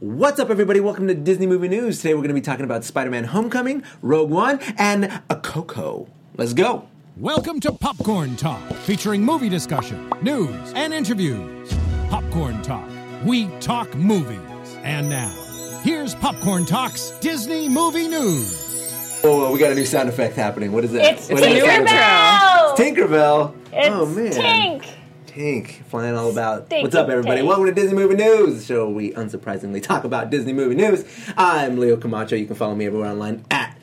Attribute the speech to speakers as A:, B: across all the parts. A: What's up, everybody? Welcome to Disney Movie News. Today we're going to be talking about Spider Man Homecoming, Rogue One, and a Coco. Let's go.
B: Welcome to Popcorn Talk, featuring movie discussion, news, and interviews. Popcorn Talk, we talk movies. And now, here's Popcorn Talk's Disney Movie News.
A: Oh, we got a new sound effect happening. What is that?
C: It's
A: What is that sound
C: Tinkerbell.
A: effect? Tinkerbell.
C: It's
A: oh, man.
C: Tink.
A: Tink flying all about.
C: Stink
A: What's up, everybody?
C: tank.
A: Welcome to Disney Movie News, the show where we unsurprisingly talk about Disney movie news. I'm Leo Camacho. You can follow me everywhere online at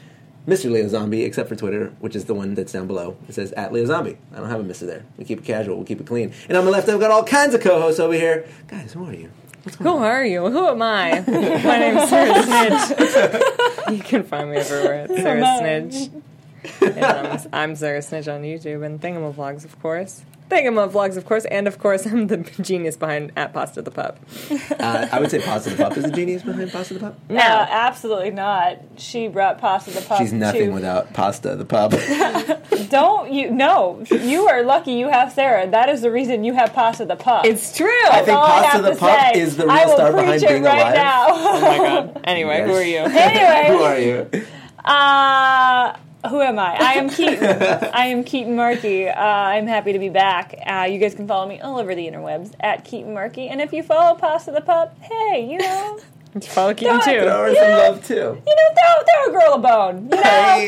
A: Mr. Leo Zombie, except for Twitter, which is the one that's down below. It says at Leo Zombie. I don't have a Mr. there. We keep it casual. We keep it clean. And on my left, I've got all kinds of co-hosts over here. Guys, who are you?
D: Who are you? Who am I? My name's Sarah Snitch. you can find me everywhere at Sarah Snitch. And I'm, I'm Sarah Snitch on YouTube and Thingamavlogs, of course. Thingamavlogs, of course, and of course, I'm the genius behind At Pasta the Pup.
A: Uh, I would say Pasta the Pup is the genius behind Pasta the Pup.
C: No, absolutely not. She brought pasta the pup.
A: She's nothing
C: to-
A: without Pasta the Pup.
C: Don't you? No, you are lucky. You have Sarah. That is the reason you have pasta the pup.
D: It's true!
A: I think
C: all I
A: Pasta
C: have
A: the
C: to
A: Pup
C: say.
A: is the
C: I
A: real
C: will
A: star
C: preach
A: behind
C: it
A: being
C: right
A: alive.
C: Now.
D: Oh my god. Anyway, who are you?
A: Who
C: anyway,
A: are you?
C: uh, who am I? I am Keaton. I am Keaton Markey. Uh, I'm happy to be back. Uh, you guys can follow me all over the interwebs at Keaton Markey. And if you follow pasta the pup, hey, you know.
D: Follow Keaton
C: Don't-
D: too.
A: Throw her some
C: Yeah.
A: love too.
C: You know, throw, throw a girl a bone. You know, Ah.
A: Hey,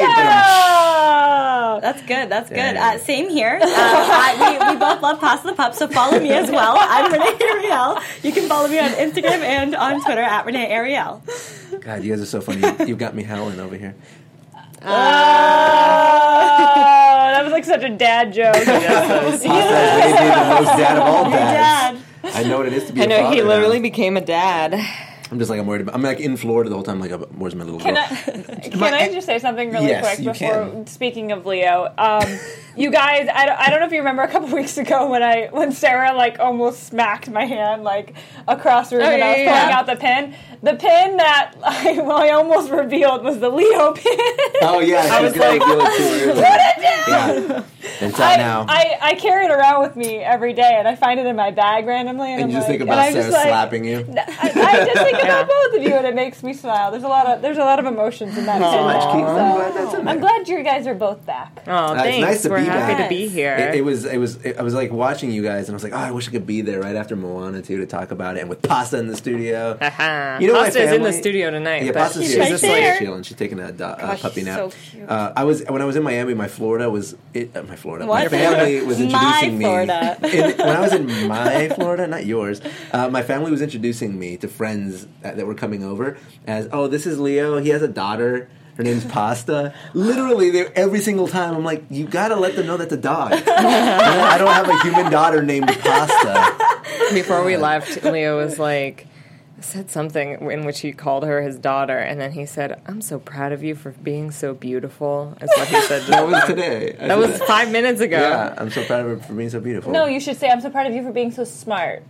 C: throw.
E: That's good. That's good.
A: Yeah.
E: Uh, same here. Uh, I, we, we both love Pasta the Pup, so follow me as well. I'm Renee Ariel. You can follow me on Instagram and on Twitter at Renee Ariel.
A: God, you guys are so funny. You've got me howling over here. Ah.
C: Oh, that was like such a dad joke.
A: Pasta may be the most dad of all dads.
E: Dad.
A: I know what it is to be.
D: I
A: a
D: know
A: father
D: he
A: now.
D: literally became a dad.
A: I'm just like I'm worried about. I'm like in Florida the whole time. Like, uh, where's my little
C: Can
A: girl?
C: I, can I just say something really
A: Yes,
C: quick
A: you
C: before
A: can.
C: speaking of Leo? Um, you guys, I don't, I don't know if you remember a couple weeks ago when I when Sarah like almost smacked my hand like across the room
D: Oh,
C: and I was
D: yeah, yeah,
C: pulling
D: yeah.
C: out the pin. The pin that I, well, I almost revealed was the Leo pin.
A: oh yeah, she's
D: was
A: gonna
D: like,
A: feel it too early. Yeah, until
C: I,
A: now.
C: I, I carry it around with me every day, and I find it in my bag randomly. And,
A: and
C: I'm
A: you just
C: like,
A: think
C: and
A: about
C: I'm
A: Sarah
C: just like,
A: slapping you.
C: I, I just think about both of you, and it makes me smile. There's a lot of there's a lot of emotions in that.
A: So
C: song.
A: much, Keith.
C: So,
A: I'm glad that's in
C: I'm
A: there.
C: glad you guys are both back.
D: Oh,
A: it's
D: thanks.
A: nice to
D: We're
A: be
D: happy
A: back.
D: to be here.
A: It, it was, it was, it, I was like watching you guys, and I was like, oh, I wish I could be there right after Moana too to talk about it, and with Pasta in the studio.
D: Aha.
A: You know my
D: Ah, Pasta is in the
A: family-
D: studio tonight.
A: Yeah,
D: but
A: Pasta's
D: she's
A: here.
E: right
A: She's
D: just
A: like
E: there.
D: like,
A: chilling. She's taking a do- uh,
E: Gosh,
A: puppy
E: she's
A: nap.
E: so cute.
A: Uh, I was when I was in Miami. My Florida was it, uh, my Florida. My
E: What?
A: family was
E: My
A: introducing
E: Florida.
A: me. In, when I was in my Florida, not yours, uh, my family was introducing me to friends uh, that, that were coming over as, oh, this is Leo. He has a daughter. Her name's Pasta. Literally, they- every single time, I'm like, you gotta let them know that's a dog. I don't have a human daughter named Pasta.
D: Before we left, Leo was like, said something in which he called her his daughter, and then he said, "I'm so proud of you for being so beautiful." Is what he said. to-
A: That was today.
D: that was five minutes ago.
A: Yeah, I'm so proud of her for being so beautiful.
C: No, you should say I'm so proud of you for being so smart.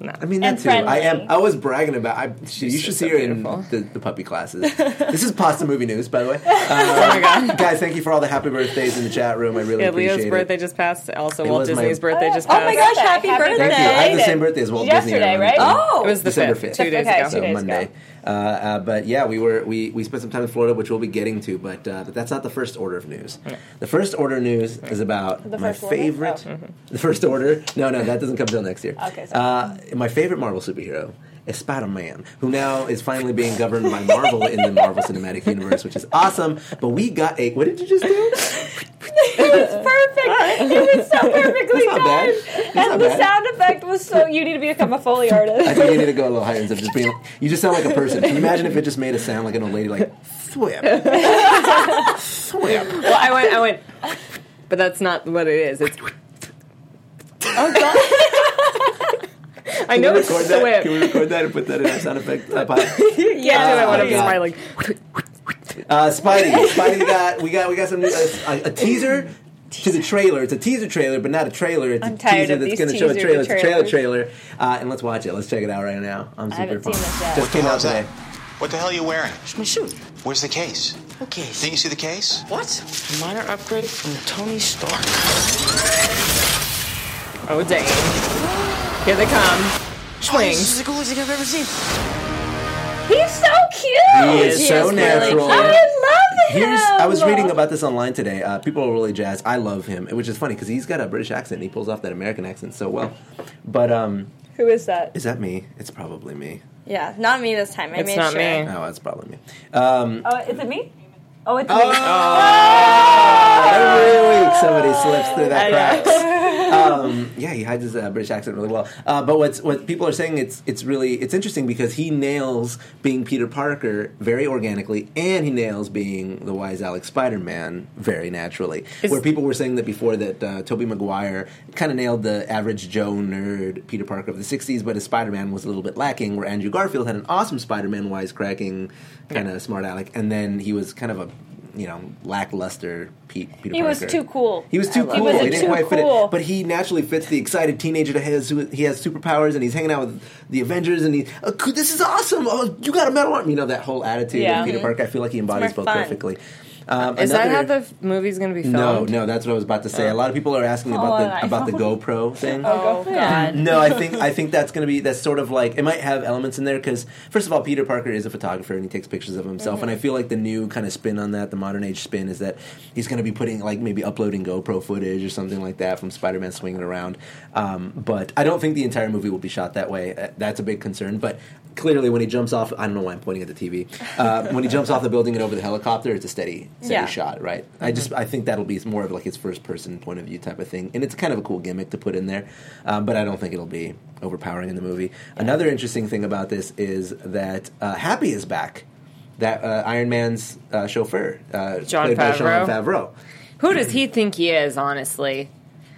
A: I mean, that
C: And
A: too.
C: friendly.
A: I am. I was bragging about. I, she, you
D: She's
A: should
D: so
A: see her
D: beautiful.
A: in the, the puppy classes. this is pasta movie news, by the way. Uh,
D: Oh my god.
A: Guys, thank you for all the happy birthdays in the chat room. I really
D: Yeah,
A: appreciate
D: Leo's
A: it.
D: birthday just passed. Also,
A: It
D: Walt
A: was my-
D: Disney's birthday just
C: Oh
D: passed.
C: my gosh!
E: Happy
A: Thank you.
E: birthday.
A: I have the same birthday as Walt Disney.
C: Yesterday,
A: Everyone.
C: right?
E: Oh,
D: It was the
A: December
D: fifth,
A: 5th.
D: two days
C: Okay,
D: ago.
C: two
A: So
C: days
A: Monday,
C: ago.
A: uh, uh, but yeah, we were we, we spent some time in Florida, which we'll be getting to, but uh, but that's not the first order of news. The first order news is about
C: The
A: my
C: first order?
A: favorite.
C: Oh.
A: The first order? No, no, that doesn't come till next year.
C: Okay,
A: uh, my favorite Marvel superhero is Spider-Man, who now is finally being governed by Marvel in the Marvel Cinematic Universe, which is awesome. But we got a what did you just do?
C: It was Oh, perfect. It was so perfectly
A: Not bad.
C: done.
A: It's not
C: And the
A: bad.
C: sound effect was so. You need to become a foley
A: I
C: artist.
A: think you need to go a little higher instead of just being. You just sound like a person. Can you imagine if it just made a sound like an old lady, like swim, swim?
D: Well, I went, I went, but that's not what it is. It's.
C: Oh,
D: I know it's
A: record that? Can we
D: swim.
A: record that and put that in our sound effect? Uh, pod-
D: Yeah,
A: Oh
D: I want
A: my
D: to be
A: God.
D: my like.
A: Uh, Spidey, Spidey got we got we got some new- a, a, a teaser to the trailer. It's a teaser trailer, but not a trailer. It's a
C: I'm tired
A: teaser
C: of
A: that's
C: these
A: going to show a
C: teaser
A: trailer. It's a trailer
C: trailers.
A: trailer, uh, and let's watch it. Let's check it out right now. I'm super
C: haven't seen
A: pumped.
C: this yet.
A: Just came out
F: How's that?
A: today.
F: What the hell are you wearing?
G: My shoe.
F: Where's the case?
G: Okay.
F: Didn't you see the case?
G: What? Minor upgrade from Tony Stark.
D: Oh dang! Here they come.
G: Oh,
D: Swing.
G: this is the coolest thing I've ever seen.
A: He
D: He
A: is
D: is
A: so
D: really
A: natural.
D: cute.
C: I love him.
A: Here's, I was reading about this online today. Uh, people are really jazzed. I love him, which is funny because he's got a British accent. and He pulls off that American accent so well. But um,
C: Who is that?
A: is that me? It's probably me.
E: Yeah, not me this time. I
D: It's
E: made
D: not
E: sure.
D: me.
A: Oh, it's probably me. Um,
C: Oh, is it me? Oh, it's me.
A: every week somebody slips through that
D: I
A: crack. um, yeah, he hides his uh, British accent really well. Uh, but what's what people are saying it's it's really it's interesting because he nails being Peter Parker very organically, and he nails being the wise Alex Spider Man very naturally. Where people were saying that before that uh, Tobey Maguire kind of nailed the average Joe nerd Peter Parker of the '60s, but his Spider Man was a little bit lacking. Where Andrew Garfield had an awesome Spider Man wisecracking kind of smart aleck, and then he was kind of a you know lackluster Pete, Peter
C: He was
A: Parker.
C: too cool.
A: He was too
C: love
A: cool.
C: it.
A: He,
C: He was
A: didn't
C: too
A: quite fit
C: cool.
A: it. But he naturally fits the excited teenager that has who he has superpowers and he's hanging out with the Avengers and he oh, cool, this is awesome. Oh, you got a metal arm. You know that whole attitude
C: Yeah.
A: of Peter
C: Mhm.
A: Parker. I feel like he embodies both
E: more fun.
A: perfectly. Um,
D: Is that how the
A: another-
D: f- movie's going to be
A: no,
D: filmed?
A: no, that's what I was about to say. A lot of people are asking about
C: Oh,
A: the
C: I
A: about the
C: know.
A: GoPro thing.
E: Oh God.
A: No, I think I think that's going to be that's sort of like it might have elements in there because first of all, Peter Parker is a photographer and he takes pictures of himself, and I feel like the new kind of spin on that, the modern age spin, is that he's going to be putting like maybe uploading GoPro footage or something like that from Spider Man swinging around. Um, but I don't think the entire movie will be shot that way. Uh, That's a big concern, but. Clearly, when he jumps off, I don't know why I'm pointing at the TV. Uh, when he jumps off the building and over the helicopter, it's a steady, steady
E: Yeah.
A: shot, right? I just I think that'll be more of like his first person point of view type of thing, and it's kind of a cool gimmick to put in there, um, but I don't think it'll be overpowering in the movie. Another interesting thing about this is that uh, Happy is back, that uh, Iron Man's uh, chauffeur, uh,
D: John
A: played by John Favreau,
D: Favreau. Who does he think he is, honestly?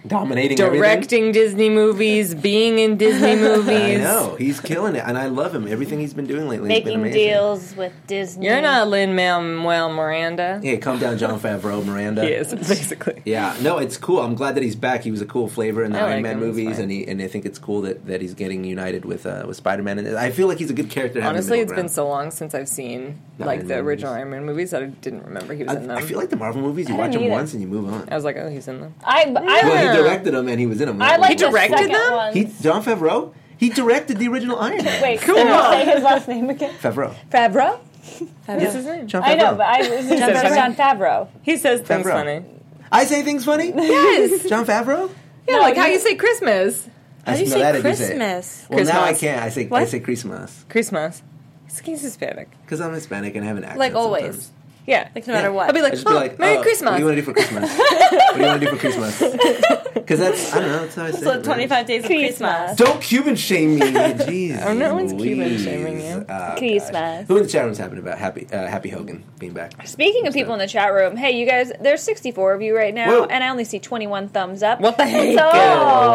A: dominating everything.
D: Directing Disney movies, being in Disney
A: I
D: movies.
A: know he's killing it, and I love him. Everything he's been doing lately has been
C: Making
A: amazing.
C: deals with Disney.
D: You're not Lin Manuel Miranda.
A: Hey, calm down, John Favreau, Miranda.
D: He is, basically.
A: Yeah, no, it's cool. I'm glad that he's back. He was a cool flavor in the
D: I
A: Iron
D: like
A: Man
D: him, he's
A: movies,
D: fine.
A: and he and I think it's cool that, that he's getting united with uh, with Spider Man. And I feel like he's a good character. to have in the
D: Honestly,
A: middle
D: it's been
A: ground.
D: so long since I've seen
A: The
D: like
A: Iron
D: the
A: Man
D: original
A: movies.
D: Iron Man movies that I didn't remember he was in them.
A: I, I feel like the Marvel movies, you
C: I
A: watch
C: didn't
A: them
C: either.
A: once and you move on.
D: I was like, oh, he's in them.
C: I, I,
A: Well,
D: Yeah.
A: he directed them, and he was in them.
C: I like the
D: directed
C: second
D: them?
C: one.
A: He John Favreau. He directed the original Iron Man.
C: Wait, cool. say his last name again?
A: Favreau.
C: Favreau?
D: What's his name?
A: John Favreau.
C: I know, but I was
D: Favreau.
C: John Favreau.
D: He says things
A: Favreau.
D: funny.
A: I say things funny.
D: Yes.
A: John Favreau.
D: Yeah,
C: No,
D: like how
C: you-
D: you say Christmas.
A: I
E: How do you
A: know
E: say
A: that if you say it.
E: Christmas?
A: Well, now I
D: Christmas.
A: can't. I say I
E: What?
A: say Christmas
D: Christmas. He's Hispanic.
A: because I'm Hispanic and I have an accent.
E: Like always.
A: sometimes.
D: Yeah.
E: Like no matter
A: Yeah.
E: what.
D: I'll be
A: I
D: like,
A: just
D: oh,
A: be like,
D: Merry
A: oh, What
D: Christmas.
A: do you want to do for Christmas? what do you want to do for Christmas? Because that's I don't know. That's how I say it,
E: so
A: man.
E: 25 days of Christmas.
C: Christmas.
A: Don't Cuban shame me. Jeez.
D: Oh, no one's
A: Louise.
D: Cuban shaming you.
A: Uh,
C: Christmas.
A: who in the chat room's happy about Happy uh, Happy Hogan being back?
C: Speaking of people in the chat room, hey, you guys, there's 64 of you right now,
A: Whoa.
C: and I only see 21 thumbs up.
D: What the heck?
C: So,
A: Whoa,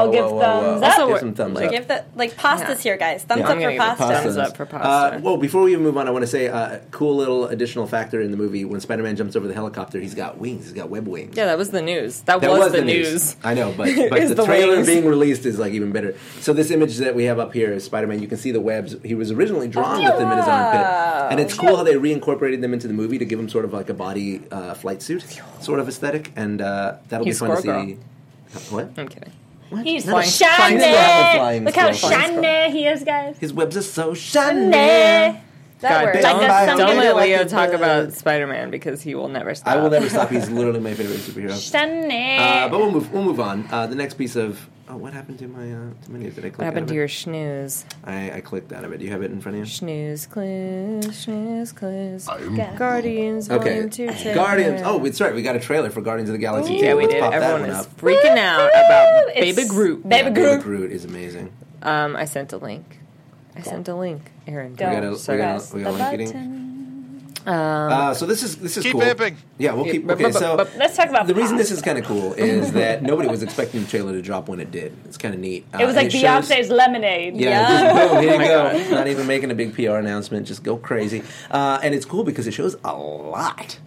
A: whoa,
C: give
A: whoa, whoa,
C: thumbs
A: whoa.
C: up.
A: Also,
D: Also,
A: give some thumbs up.
E: Give the like pasta's here, guys. Thumbs
A: Yeah.
E: up
A: I'm
E: for
D: gonna give it
E: pasta.
D: Thumbs up for pasta.
A: Uh, well, before we even move on, I want to say a uh, cool little additional factor in the movie. When Spider-Man jumps over the helicopter, he's got wings. He's got web wings.
D: Yeah, that was the news. That,
A: That
D: was, the news.
A: I know, but, but
D: Is
A: the,
D: the
A: trailer
D: wings.
A: being released is like even better. So this image that we have up here is Spider-Man. You can see the webs. He was originally drawn with them in his armpit, and it's cool how they reincorporated them into the movie to give him sort of like a body uh, flight suit sort of aesthetic, and uh, that'll
D: He's
A: be fun to
D: Squirrel
A: see. What?
D: I'm kidding.
A: What?
C: He's
A: No,
D: flying-
C: shiny.
D: flying squirrel,
A: flying
C: Look how
A: squirrel, flying
C: shiny he is, guys.
A: His webs are so shiny.
C: Nah. That
D: God,
C: works.
A: Like that's
D: don't,
A: something
D: don't let
A: like
D: Leo
A: the-
D: talk about Spider Man because he will never stop.
A: I will never stop. He's literally my favorite superhero.
C: Shiny.
A: Uh, but we'll move. We'll move on. Uh, the next piece of oh, what happened to my uh, to my news? Did I click
D: What
A: out
D: happened
A: of
D: to
A: it?
D: your schnooze?
A: I, I clicked out of it. Do you have it in front of you?
D: Schnooze clues, schnooze clues. Guardians
A: Okay.
D: one, two, three.
A: Guardians. Oh, it's right. We got a trailer for Guardians of the Galaxy.
D: yeah, we
A: Let's
D: did.
A: pop that
D: Everyone
A: one
D: is
A: up.
D: freaking out about
C: It's-
D: Baby Groot.
C: Baby
A: Baby
C: Groot.
A: Groot is amazing.
D: Um, I sent a link. I sent a link, Aaron.
C: Don't.
A: We got a, we
D: sorry.
A: got a, we got a
C: The
A: link eating.
C: button.
A: Uh, so this is this is
H: Keep
A: cool.
H: amping.
A: Yeah, we'll keep.
D: Um, Yeah,
A: Okay, so
C: Let's talk about
A: the reason this
C: pop.
A: is kind of cool is that nobody was expecting the trailer to drop when it did. It's kind of neat. Uh,
C: It was like
A: and shows-
C: Beyonce's lemonade.
A: Yeah, just boom, here
D: Oh
A: you go. Not even making a big PR announcement, just go crazy. Uh, and it's cool because it shows a lot.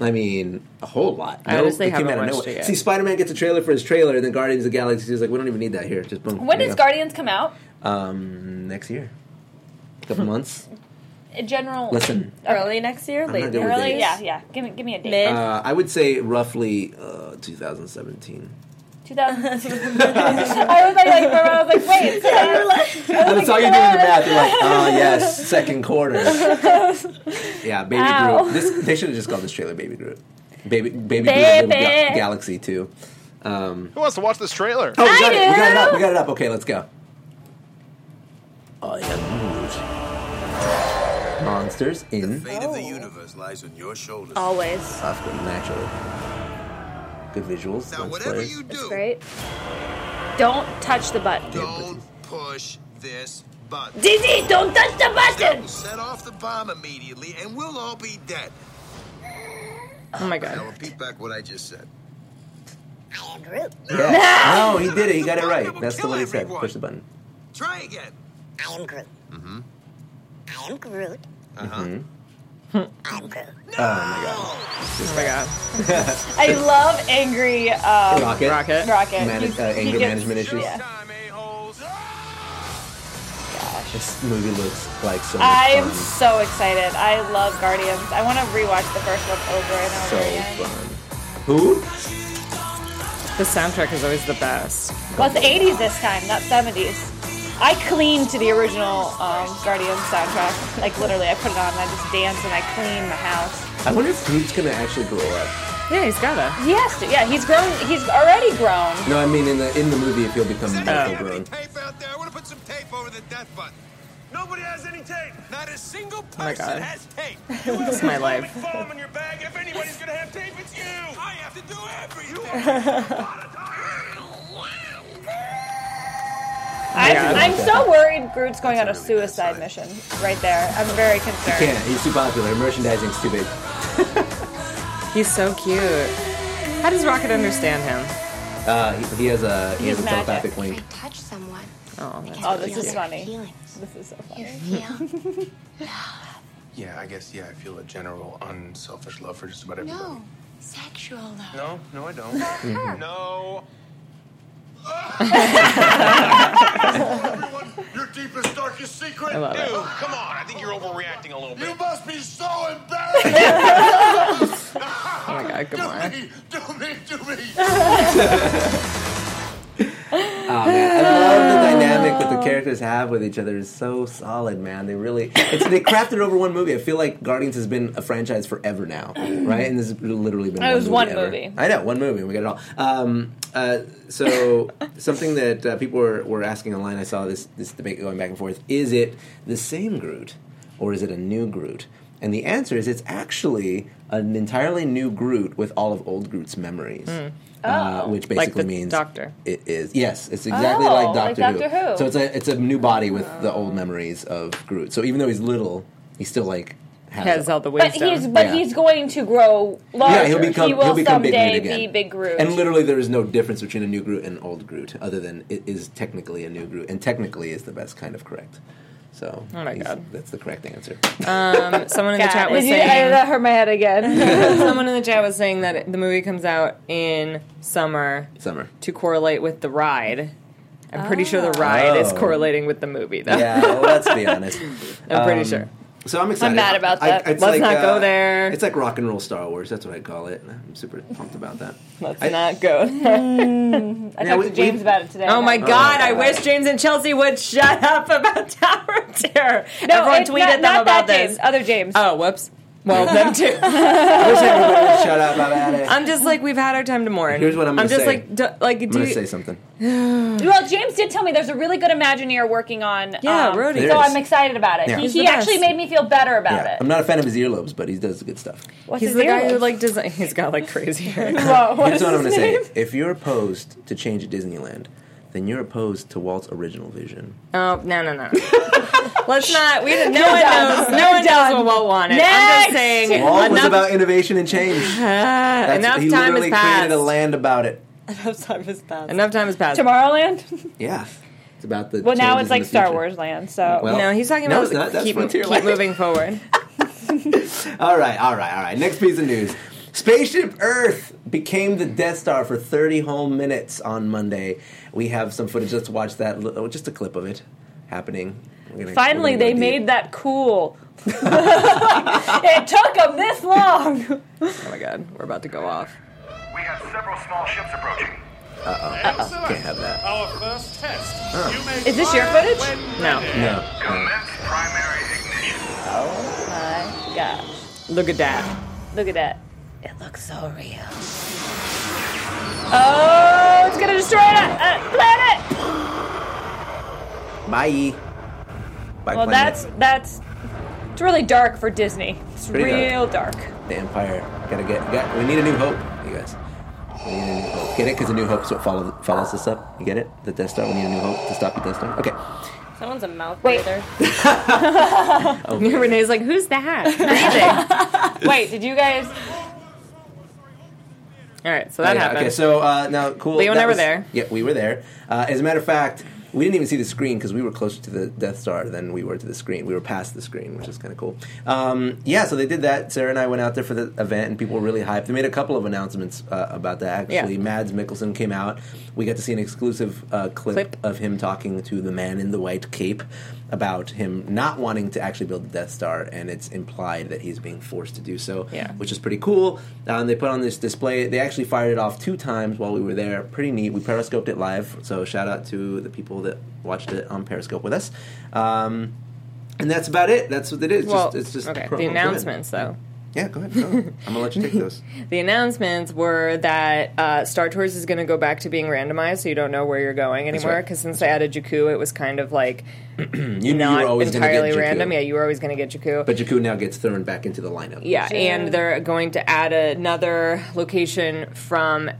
A: I mean, a whole lot.
D: I honestly
A: it came
D: haven't
A: out of
D: watched
A: nowhere.
D: it yet.
A: See, Spider Man gets a trailer for his trailer, and then Guardians of the Galaxy is like, we don't even need that here. Just boom.
C: When
A: here you
C: does
A: go.
C: Guardians come out?
A: Um, next year. couple months.
C: In general.
A: Listen,
E: Early next year,
A: not
E: late
A: good with
E: early,
A: dates.
C: Uh, Yeah, yeah. Give me, give me a date.
E: mid.
A: uh, I would say roughly uh, 2017.
C: 2000. I was like, like, remember, I was like, wait, so I was
A: And that's all you do in your math. You're like, oh yes, second quarter. Yeah, baby
C: Ow.
A: Groot. This they should have just called this trailer Baby Groot. Baby, baby, Groot
C: Baby.
A: and Little Ga- Galaxy Two. Um,
H: Who wants to watch this trailer?
A: oh, we got it. We got it
C: do.
A: up. We got it up. Okay, let's go. I am Groot. Monsters in
I: Fate of the universe lies on your shoulders.
C: always.
A: Oscar naturally. Good visuals.
I: now,
A: nice
I: whatever
A: players.
I: you
C: That's
I: do,
C: great. Don't touch the button.
I: don't push this button.
C: DD, don't touch the
I: That
C: button!
I: will set off the bomb immediately, and we'll all be dead.
D: Oh my
I: Now,
D: god.
I: repeat back what I just said.
A: Yeah. No, he did it. He got it
I: The
A: right.
I: button will
A: That's the
I: kill
A: one he said.
I: everyone.
A: Push the button.
I: Try again.
J: I am Groot. I am Groot. I'm Groot.
D: Oh my god.
C: I love angry uh,
A: Rocket.
D: Rocket.
C: Rocket.
A: Manage-
C: He-
A: uh,
C: he
A: anger
C: gets-
A: management issues.
C: yeah.
A: This movie looks like so much
C: I'm
A: fun.
C: so excited. I love Guardians. I want to rewatch the first one over and
A: so
C: over again.
A: fun. Who?
D: The soundtrack is always the best.
C: Well, it's 80s this time, not 70s. I cleaned to the original um, Guardians soundtrack. Like, literally, I put it on and I just dance and I clean the house.
A: I wonder if Groot's gonna actually grow up.
D: Yeah, he's gotta.
C: He has to. Yeah, he's grown. He's already grown.
A: No, I mean in the in the movie, if he'll become
C: Uh,
I: Does
D: Ah,
I: anybody
A: full
I: have any
A: grown.
I: tape out there? I want to put some tape over the death button. Nobody has any tape. Not a single
D: Oh my
I: person
D: God.
I: has tape.
D: It's my life.
I: Foam in your bag. If anybody's gonna have tape, it's you. I have to do everything.
C: I'm,
D: Yeah.
C: I'm so worried Groot's going on a suicide mission right there. I'm very concerned.
A: Can't. He's too popular. Merchandising's too big.
D: He's so cute. How does Rocket understand him?
A: Uh, he, he has a he
C: He's
A: has a
C: magic.
A: telepathic link.
J: touch someone.
D: Oh, that's
C: Oh, this is funny.
J: Feelings.
C: This is so funny.
J: Feel?
G: Yeah, I guess, yeah, I feel a general unselfish love for just about everybody.
J: Sexual love.
G: No, no, I don't. no.
I: Your deepest, darkest secret.
D: I love it.
H: Dude, come on. I think you're overreacting a little bit.
I: You must be so embarrassed.
D: Oh my god, come on.
I: do me, do me.
A: Oh, man. I love the dynamic that the characters have with each other is so solid, man. They really it's, they crafted it over one movie. I feel like Guardians has been a franchise forever now, right? And this has literally been
C: Mm-hmm. It was one
A: ever.
C: movie.
A: I know one movie. and We got it all. Um, uh, so something that uh, people were, were asking online. I saw this this debate going back and forth. Is it the same Groot or is it a new Groot? And the answer is it's actually an entirely new Groot with all of old Groot's memories,
C: Hmm.
A: uh, which basically
D: Like the
A: means
D: Doctor.
A: It is yes, it's exactly
C: Oh,
A: like
C: like
A: Doctor,
C: Doctor Who.
A: So it's a it's a new body with the old memories of Groot. So even though he's little, he's still like has,
D: Has all the
C: But
D: wisdom.
C: he's but
A: Yeah.
C: he's going to grow larger.
A: Yeah, he'll become
C: he will
A: will become
C: someday
A: big Groot again.
C: be big Groot.
A: And literally, there is no difference between a new Groot and old Groot, other than it is technically a new Groot, and technically is the best kind of correct. So,
D: Oh my
A: he's-
D: God. Uh,
A: that's the correct answer.
D: Someone in the
C: God,
D: chat was
C: did you- I,
D: saying.
C: that hurt my head again.
D: Someone in the chat was saying that the movie comes out in summer
A: Summer.
D: to correlate with the ride. I'm pretty sure the ride is
A: Oh.
D: correlating with the movie, though.
A: Yeah, um, well, let's be honest.
D: I'm pretty sure.
A: So I'm excited.
C: mad about that.
A: it's uh,
D: Let's not go there.
A: It's like rock and roll Star Wars. That's what I call it. I'm super pumped about that.
D: Let's
A: I-
D: not go. there.
C: I
A: Yeah,
C: talked
A: we-
C: to James
A: we-
C: about it today.
D: Oh my
C: No,
D: god, I
A: God.
D: wish James and Chelsea would shut up about Tower of Terror. Everyone
C: it's
D: tweeted
C: not,
D: them
C: not
D: about
C: that
D: this.
C: James, other James.
D: Oh, whoops. Well, them too.
A: I wish everybody would shut up about it. I'm
D: I'm just like we've had our time to mourn.
A: Here's what I'm
D: I'm
A: gonna
D: just
A: say.
D: like do, like do
A: gonna
D: you-
A: say something.
C: Well, James did tell me there's a really good Imagineer working on.
D: Yeah,
C: um,
D: Rhodey.
A: There
C: So
A: is.
C: I'm excited about it.
A: Yeah.
C: He,
D: He's the
C: he actually
D: best.
C: made me feel better about
A: Yeah,
C: it.
A: I'm not a fan of his earlobes, but he does good stuff.
C: What's
D: he's
C: his
D: the guy
C: name?
D: who like design. He's got like crazy hair.
C: Whoa, what
A: Here's
C: is
A: what I'm going
C: his
A: to say.
C: name?
A: If you're opposed to change at Disneyland, then you're opposed to Walt's original vision.
D: Oh no no no. Let's not. We didn't. No one knows. No one knows what Walt wanted. I'm
C: Next!
D: just saying.
A: Walt was
D: enough,
A: about innovation and change. That's-
D: enough
A: he
D: time has
A: literally
D: passed.
A: created a land about it.
D: Enough time has passed.
C: Tomorrowland.
A: Yeah. It's about the
C: Well, now
A: changes
C: it's
A: in
C: like
A: the
C: Star
A: future.
C: Wars Land. So
A: Well,
D: No, he's talking
A: No,
D: about
A: it's not. That's
D: keep,
A: Frontierland.
D: keep moving forward.
A: All right, all right, all right. Next piece of news. Spaceship Earth became the Death Star for 30 whole minutes on Monday. We have some footage. Let's watch that. li- oh, Just a clip of it happening. We're gonna-
C: finally,
A: we're gonna go
C: they
A: deep.
C: made that cool. it took them this long.
D: Oh my god, we're about to go off.
K: We have several small ships approaching.
H: Excellent.
A: Can't have that.
H: Our first test. You may
D: Is this your
H: fire
D: footage?
H: when
D: No.
H: ready.
A: No.
I: primary ignition.
C: Oh My gosh.
D: Look at that.
C: Look at that.
E: It looks so real.
C: Oh, it's gonna destroy the uh, planet!
A: Bye. Bye.
C: Well,
A: planet.
C: that's that's. It's really dark for Disney. It's
A: Pretty
C: real dark.
A: the Empire. Gotta get. Got, we need a new hope, you guys. We need a new hope. Get it? Because a new hope's what follow, follows us up. You get it? The Death Star. We need a new hope to stop the Death Star. Okay.
E: Someone's a mouth
C: Wait.
E: breather.
A: Oh.
D: Renee's like, who's that?
C: Wait, did you guys?
D: All right, so that
A: Yeah,
D: happened.
A: Okay. So uh, now, cool.
D: Leo and
A: that
D: I were
A: was-
D: there.
A: Yeah, we were there. Uh, as a matter of fact, we didn't even see the screen because we were closer to the Death Star than we were to the screen. We were past the screen, which is kind of cool. Um, yeah. So they did that. Sarah and I went out there for the event, and people were really hyped. They made a couple of announcements uh, about that. Actually,
D: Yeah.
A: Mads Mikkelsen came out. We got to see an exclusive uh, clip,
D: Clip.
A: of him talking to the man in the white cape about him not wanting to actually build the Death Star, and it's implied that he's being forced to do so,
D: Yeah.
A: which is pretty cool. Um, they put on this display. They actually fired it off two times while we were there. Pretty neat. We periscoped it live, so shout out to the people that watched it on Periscope with us. Um, and that's about it. That's what it is.
D: well,
A: just, it's just
D: okay.
A: pro-
D: the
A: go ahead.
D: announcements, though.
A: Yeah, go ahead. Go ahead. I'm gonna let you take those.
D: The announcements were that uh, Star Tours is going to go back to being randomized, so you don't know where you're going anymore.
A: right.
D: Because since they added Jakku, it was kind of like
A: You, you
D: not
A: were always gonna get
D: entirely
A: Jakku.
D: random. Yeah, you were always going to get Jakku.
A: But Jakku now gets thrown back into the lineup.
D: yeah, and they're going to add another location from.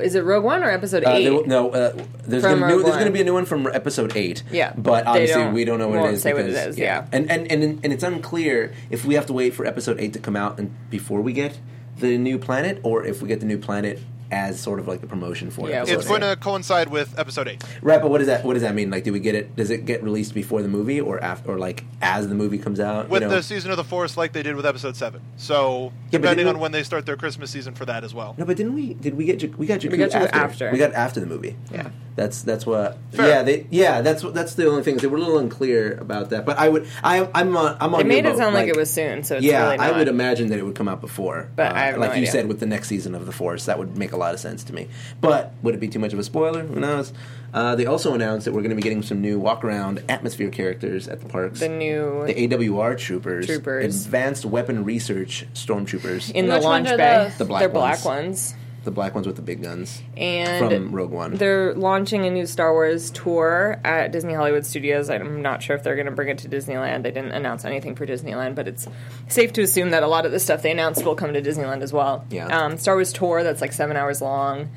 D: Is it Rogue One or Episode
A: Uh,
D: Eight?
A: there, no, uh, there's
D: From
A: gonna, new,
D: Rogue
A: there's going to
D: One.
A: be a new one from episode eight.
D: Yeah.
A: but
D: They
A: obviously
D: don't-
A: we don't know what it
D: won't
A: is.
D: say what
A: because,
D: it is, yeah.
A: and and, and and it's unclear if we have to wait for episode eight to come out and before we get the new planet, or if we get the new planet as sort of like the promotion for
D: Yeah,
A: episode
D: we'll
H: It's
A: eight.
H: going to coincide with episode eight.
A: right, but what does that what does that mean? Like, do we get it? Does it get released before the movie, or after, or like as the movie comes out?
H: With
A: you know?
H: the season of the Force, like they did with episode seven. So
A: Yeah, but
H: depending
A: didn't-
H: on when they start their Christmas season for that as well.
A: No, but didn't we? Did we get? Ja- We got Jakku
D: got Jakku
A: after.
D: after.
A: We got after the movie.
D: Yeah.
A: that's that's what.
H: Fair.
A: Yeah, they, yeah, that's what- that's the only thing. They were a little unclear about that, but I would. I, I'm on. I'm on.
D: It
A: your
D: made it
A: boat.
D: sound like, it was soon, so it's
A: yeah,
D: really not.
A: I would imagine that it would come out before. uh,
D: But I have no
A: like you
D: idea.
A: said, with the next season of the Force, that would make a lot of sense to me. But would it be too much of a spoiler? Who knows? Uh, they also announced that we're going to be getting some new walk around atmosphere characters at the parks.
D: the new
A: the AWR troopers,
D: Troopers.
A: advanced weapon research stormtroopers,
D: in the
C: Which
D: launch
C: ones are
D: bay.
C: those?
A: The black
D: They're black
A: ones.
D: ones.
A: the black ones with the big guns.
D: and
A: from Rogue One.
D: They're launching a new Star Wars tour at Disney Hollywood Studios. I'm not sure if they're going to bring it to Disneyland. They didn't announce anything for Disneyland, but it's safe to assume that a lot of the stuff they announced will come to Disneyland as well.
A: Yeah.
D: Um, Star Wars tour that's like seven hours long.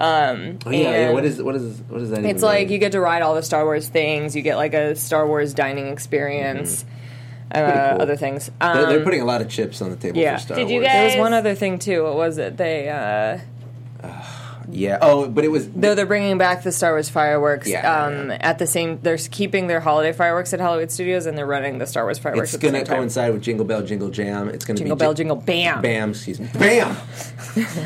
D: Um,
A: Oh yeah, yeah.
D: and
A: What is what is what is that? even
D: It's like
A: mean?
D: you get to ride all the Star Wars things. You get like a Star Wars dining experience.
A: Mm-hmm. Pretty
D: Uh,
A: cool.
D: Other things.
A: They're, they're
D: Um,
A: putting a lot of chips on the table
D: yeah.
A: for Star
C: Did you
A: Wars.
D: there was
C: guys-
D: one other thing too. What was it? They uh,
A: Yeah. Oh, but it was.
D: Though they're bringing back the Star Wars fireworks
A: Yeah.
D: um, at the same, they're keeping their holiday fireworks at Hollywood Studios and they're running the Star Wars
A: it's
D: fireworks. at the
A: going
D: same
A: to
D: time.
A: coincide with Jingle Bell Jingle Jam. It's going to be
D: Jingle bell,
A: Jing-
D: jingle, bam.
A: Bam. Excuse me. Bam.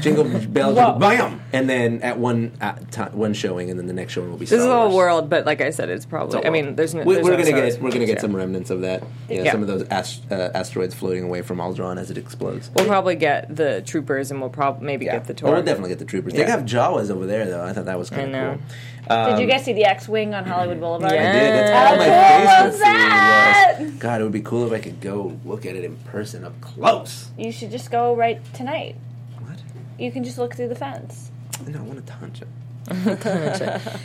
A: jingle Bell Jingle Bam. And then at one at ti- one showing, and then the next showing will be. Star
D: This is all
A: Wars.
D: world, but like I said, it's probably. I mean, there's no.
A: We,
D: there's
A: we're
D: no
A: gonna
D: Star Wars
A: get we're gonna get
D: fireworks,
A: some
D: yeah.
A: remnants of that. Yeah,
D: Yeah.
A: some of those ast- uh, asteroids floating away from Alderaan as it explodes.
D: We'll probably get the troopers, and we'll probably maybe get the
A: Oh,
D: tour.
A: we'll definitely get the troopers. They
D: Yeah.
A: have Jawas over there though. I thought that was kind
D: know.
A: of cool.
C: did you guys see the X-wing on Hollywood Boulevard?
D: Yeah.
A: did. That's
D: How
A: all my Facebook
C: cool was
A: feed
C: that?
A: was. God, it would be cool if I could go look at it in person up close.
C: You should just go right tonight.
A: What?
C: You can just look through the fence.
A: No, I want to touch it.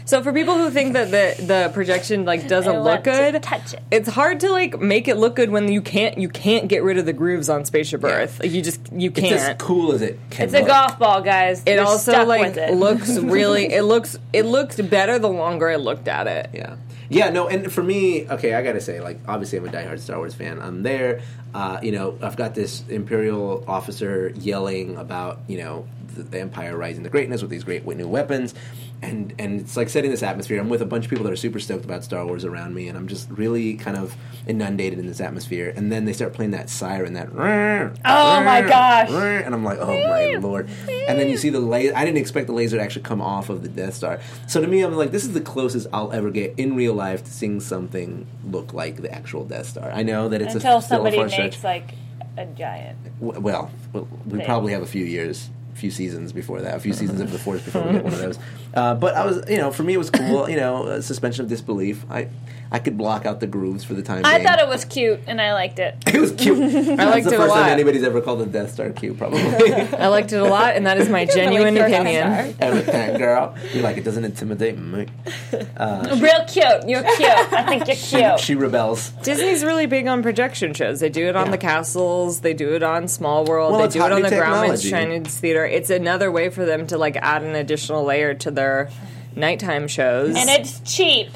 D: So for people who think that the the projection like doesn't
C: I
D: look
C: want to
D: good,
C: touch it.
D: It's hard to like make it look good when you can't you can't get rid of the grooves on Spaceship Earth. You just you
A: It's
D: can't.
A: as cool as it can
C: It's a
A: look.
C: golf ball, guys.
D: it
C: You're
D: also
C: stuck
D: like
C: with it.
D: looks really it looks it looked better the longer I looked at it.
A: Yeah. Yeah, no, and for me, okay, I gotta say, like, obviously I'm a diehard Star Wars fan. I'm there. Uh, you know, I've got this Imperial officer yelling about, you know, the, the Empire rising to greatness with these great new weapons. And, and it's like setting this atmosphere. I'm with a bunch of people that are super stoked about Star Wars around me, and I'm just really kind of inundated in this atmosphere. And then they start playing that siren, that
C: Oh my gosh.
A: and I'm like, oh my lord. And then you see the laser. I didn't expect the laser to actually come off of the Death Star. So to me, I'm like, this is the closest I'll ever get in real life to seeing something look like the actual Death Star. I know that it's
C: until
A: a, still a
C: somebody
A: far
C: makes
A: stretch.
C: like a giant.
A: W- well, w- we
C: Thing.
A: probably have a few years few seasons before that, a few seasons of the force before we get one of those. Uh, but I was, you know, for me it was cool. You know, uh, suspension of disbelief. I I could block out the grooves for the time.
C: I
A: being.
C: thought it was cute and I liked it.
A: It was cute. I
D: liked
A: the
D: it a
A: first
D: lot.
A: time anybody's ever called a Death Star cute, probably.
D: I liked it a lot, and that is my genuine
E: Like, you're
D: opinion.
E: Avatar.
A: Everything, girl. You're like, it doesn't intimidate me.
C: Real cute. You're cute. I think you're cute.
A: She rebels.
D: Disney's really big on projection shows. They do it on the castles. They do it on Small World.
A: Well,
D: they
A: it's
D: do
A: hot
D: it on
A: new
D: the Grauman's
A: technology.
D: Chinese Theater. It's another way for them to like add an additional layer to their nighttime shows.
C: And it's cheap.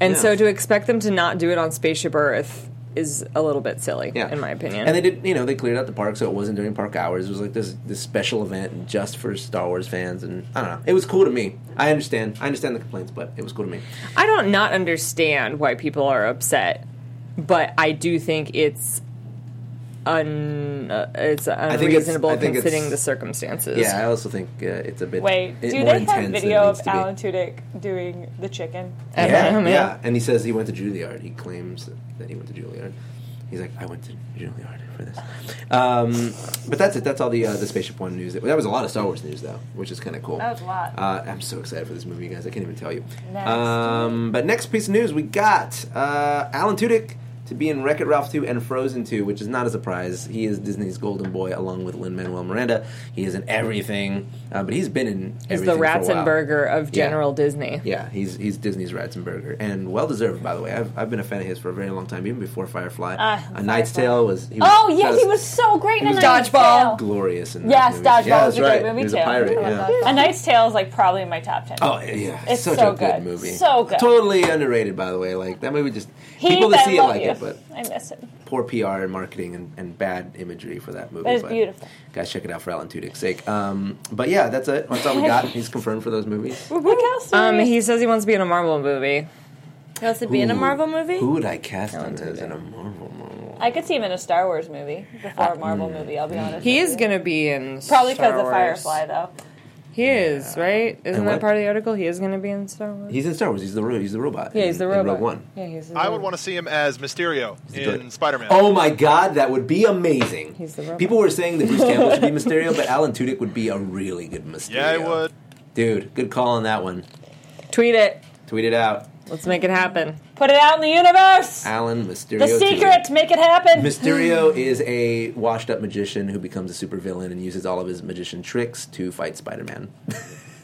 D: And
A: Yeah.
D: so to expect them to not do it on Spaceship Earth is a little bit silly,
A: Yeah.
D: in my opinion.
A: And they did, you know, they cleared out the park, so it wasn't during park hours. It was like this this special event just for Star Wars fans, and I don't know. It was cool to me. I understand. I understand the complaints, but it was cool to me.
D: I don't not understand why people are upset, but I do think it's un uh, it's
A: think it's-
D: unreasonable
A: I think it's-
D: considering the circumstances.
A: Yeah, I also think uh, it's a bit.
C: Wait,
A: it-
C: do
A: more
C: they have
A: intense than
C: video
A: it
C: of
A: needs to be.
C: Alan Tudyk doing the chicken?
D: I don't
A: Yeah,
D: know,
A: yeah,
D: man.
A: And he says he went to Juilliard. He claims that he went to Juilliard. He's like, I went to Juilliard for this. Um, but that's it. That's all the uh, the Spaceship One news. That was a lot of Star Wars news, though, which is kind of cool.
C: That was a lot.
A: Uh, I'm so excited for this movie, you guys. I can't even tell you.
C: Next.
A: Um, but next piece of news, we got uh, Alan Tudyk to be in Wreck It Ralph 2 and Frozen 2, which is not a surprise. He is Disney's golden boy along with Lin Manuel Miranda. He is in everything, uh, but he's been in
D: Is
A: everything
D: the
A: for a while.
D: Ratzenberger of
A: Yeah.
D: General Disney.
A: Yeah, he's he's Disney's Ratzenberger, and well deserved, by the way. I've, I've been a fan of his for a very long time, even before Firefly.
C: Ah,
A: a Knight's
C: Firefly.
A: Tale was. He was
C: Oh yeah, he
A: just
C: was so great in
A: was
C: a
D: Dodgeball.
C: Tale.
A: glorious. In those
C: Yes,
A: movies.
C: Dodgeball
A: yeah, that's
C: was a great
A: right.
C: movie
A: he was
C: too.
A: a pirate. Yeah.
C: A Knight's Tale is like probably in my top ten.
A: Oh yeah,
C: It's
A: such
C: so
A: a good,
C: good.
A: movie.
C: So good.
A: Totally underrated, by the way. Like that movie, just
C: Heath,
A: people that see
C: I
A: it
C: love
A: like
C: you.
A: it, but
C: I miss him.
A: poor PR and marketing and, and bad imagery for that movie.
C: But it's beautiful.
A: Guys, check it out for Alan Tudyk's sake. Um, but yeah, that's it. That's all we got. He's confirmed for those movies.
C: Look how
D: Um,
C: serious-
D: he says he wants to be in a Marvel movie.
E: He wants to be in a
A: Ooh.
E: Marvel movie.
A: Who would I cast him as in a Marvel movie?
C: I could see him in a Star Wars movie before a Marvel
A: Mm.
C: movie. I'll be honest.
D: He
C: with
D: is
C: you.
D: going to be in
C: probably
D: Star
C: because of
D: Wars.
C: Firefly though.
D: He is right. Isn't
A: And
D: that
A: what?
D: part of the article? He is going to be in Star Wars.
A: He's in Star Wars. He's the ro- he's the robot.
D: yeah,
A: in-
D: he's the
A: in
D: robot.
A: Rogue One.
D: Yeah, he's. The
H: I would want to see him as Mysterio in
A: good.
H: Spider Man.
A: Oh my God, that would be amazing.
D: He's the robot.
A: People were saying that Bruce Campbell should be Mysterio, but Alan Tudyk would be a really good Mysterio.
H: yeah, I would.
A: Dude, good call on that one.
D: tweet it.
A: Tweet it out,
D: Let's make it happen.
C: Put it out in the universe.
A: Alan Mysterio.
C: The
A: Tudyk.
C: secret. Make it happen.
A: Mysterio is a washed-up magician who becomes a supervillain and uses all of his magician tricks to fight Spider-Man.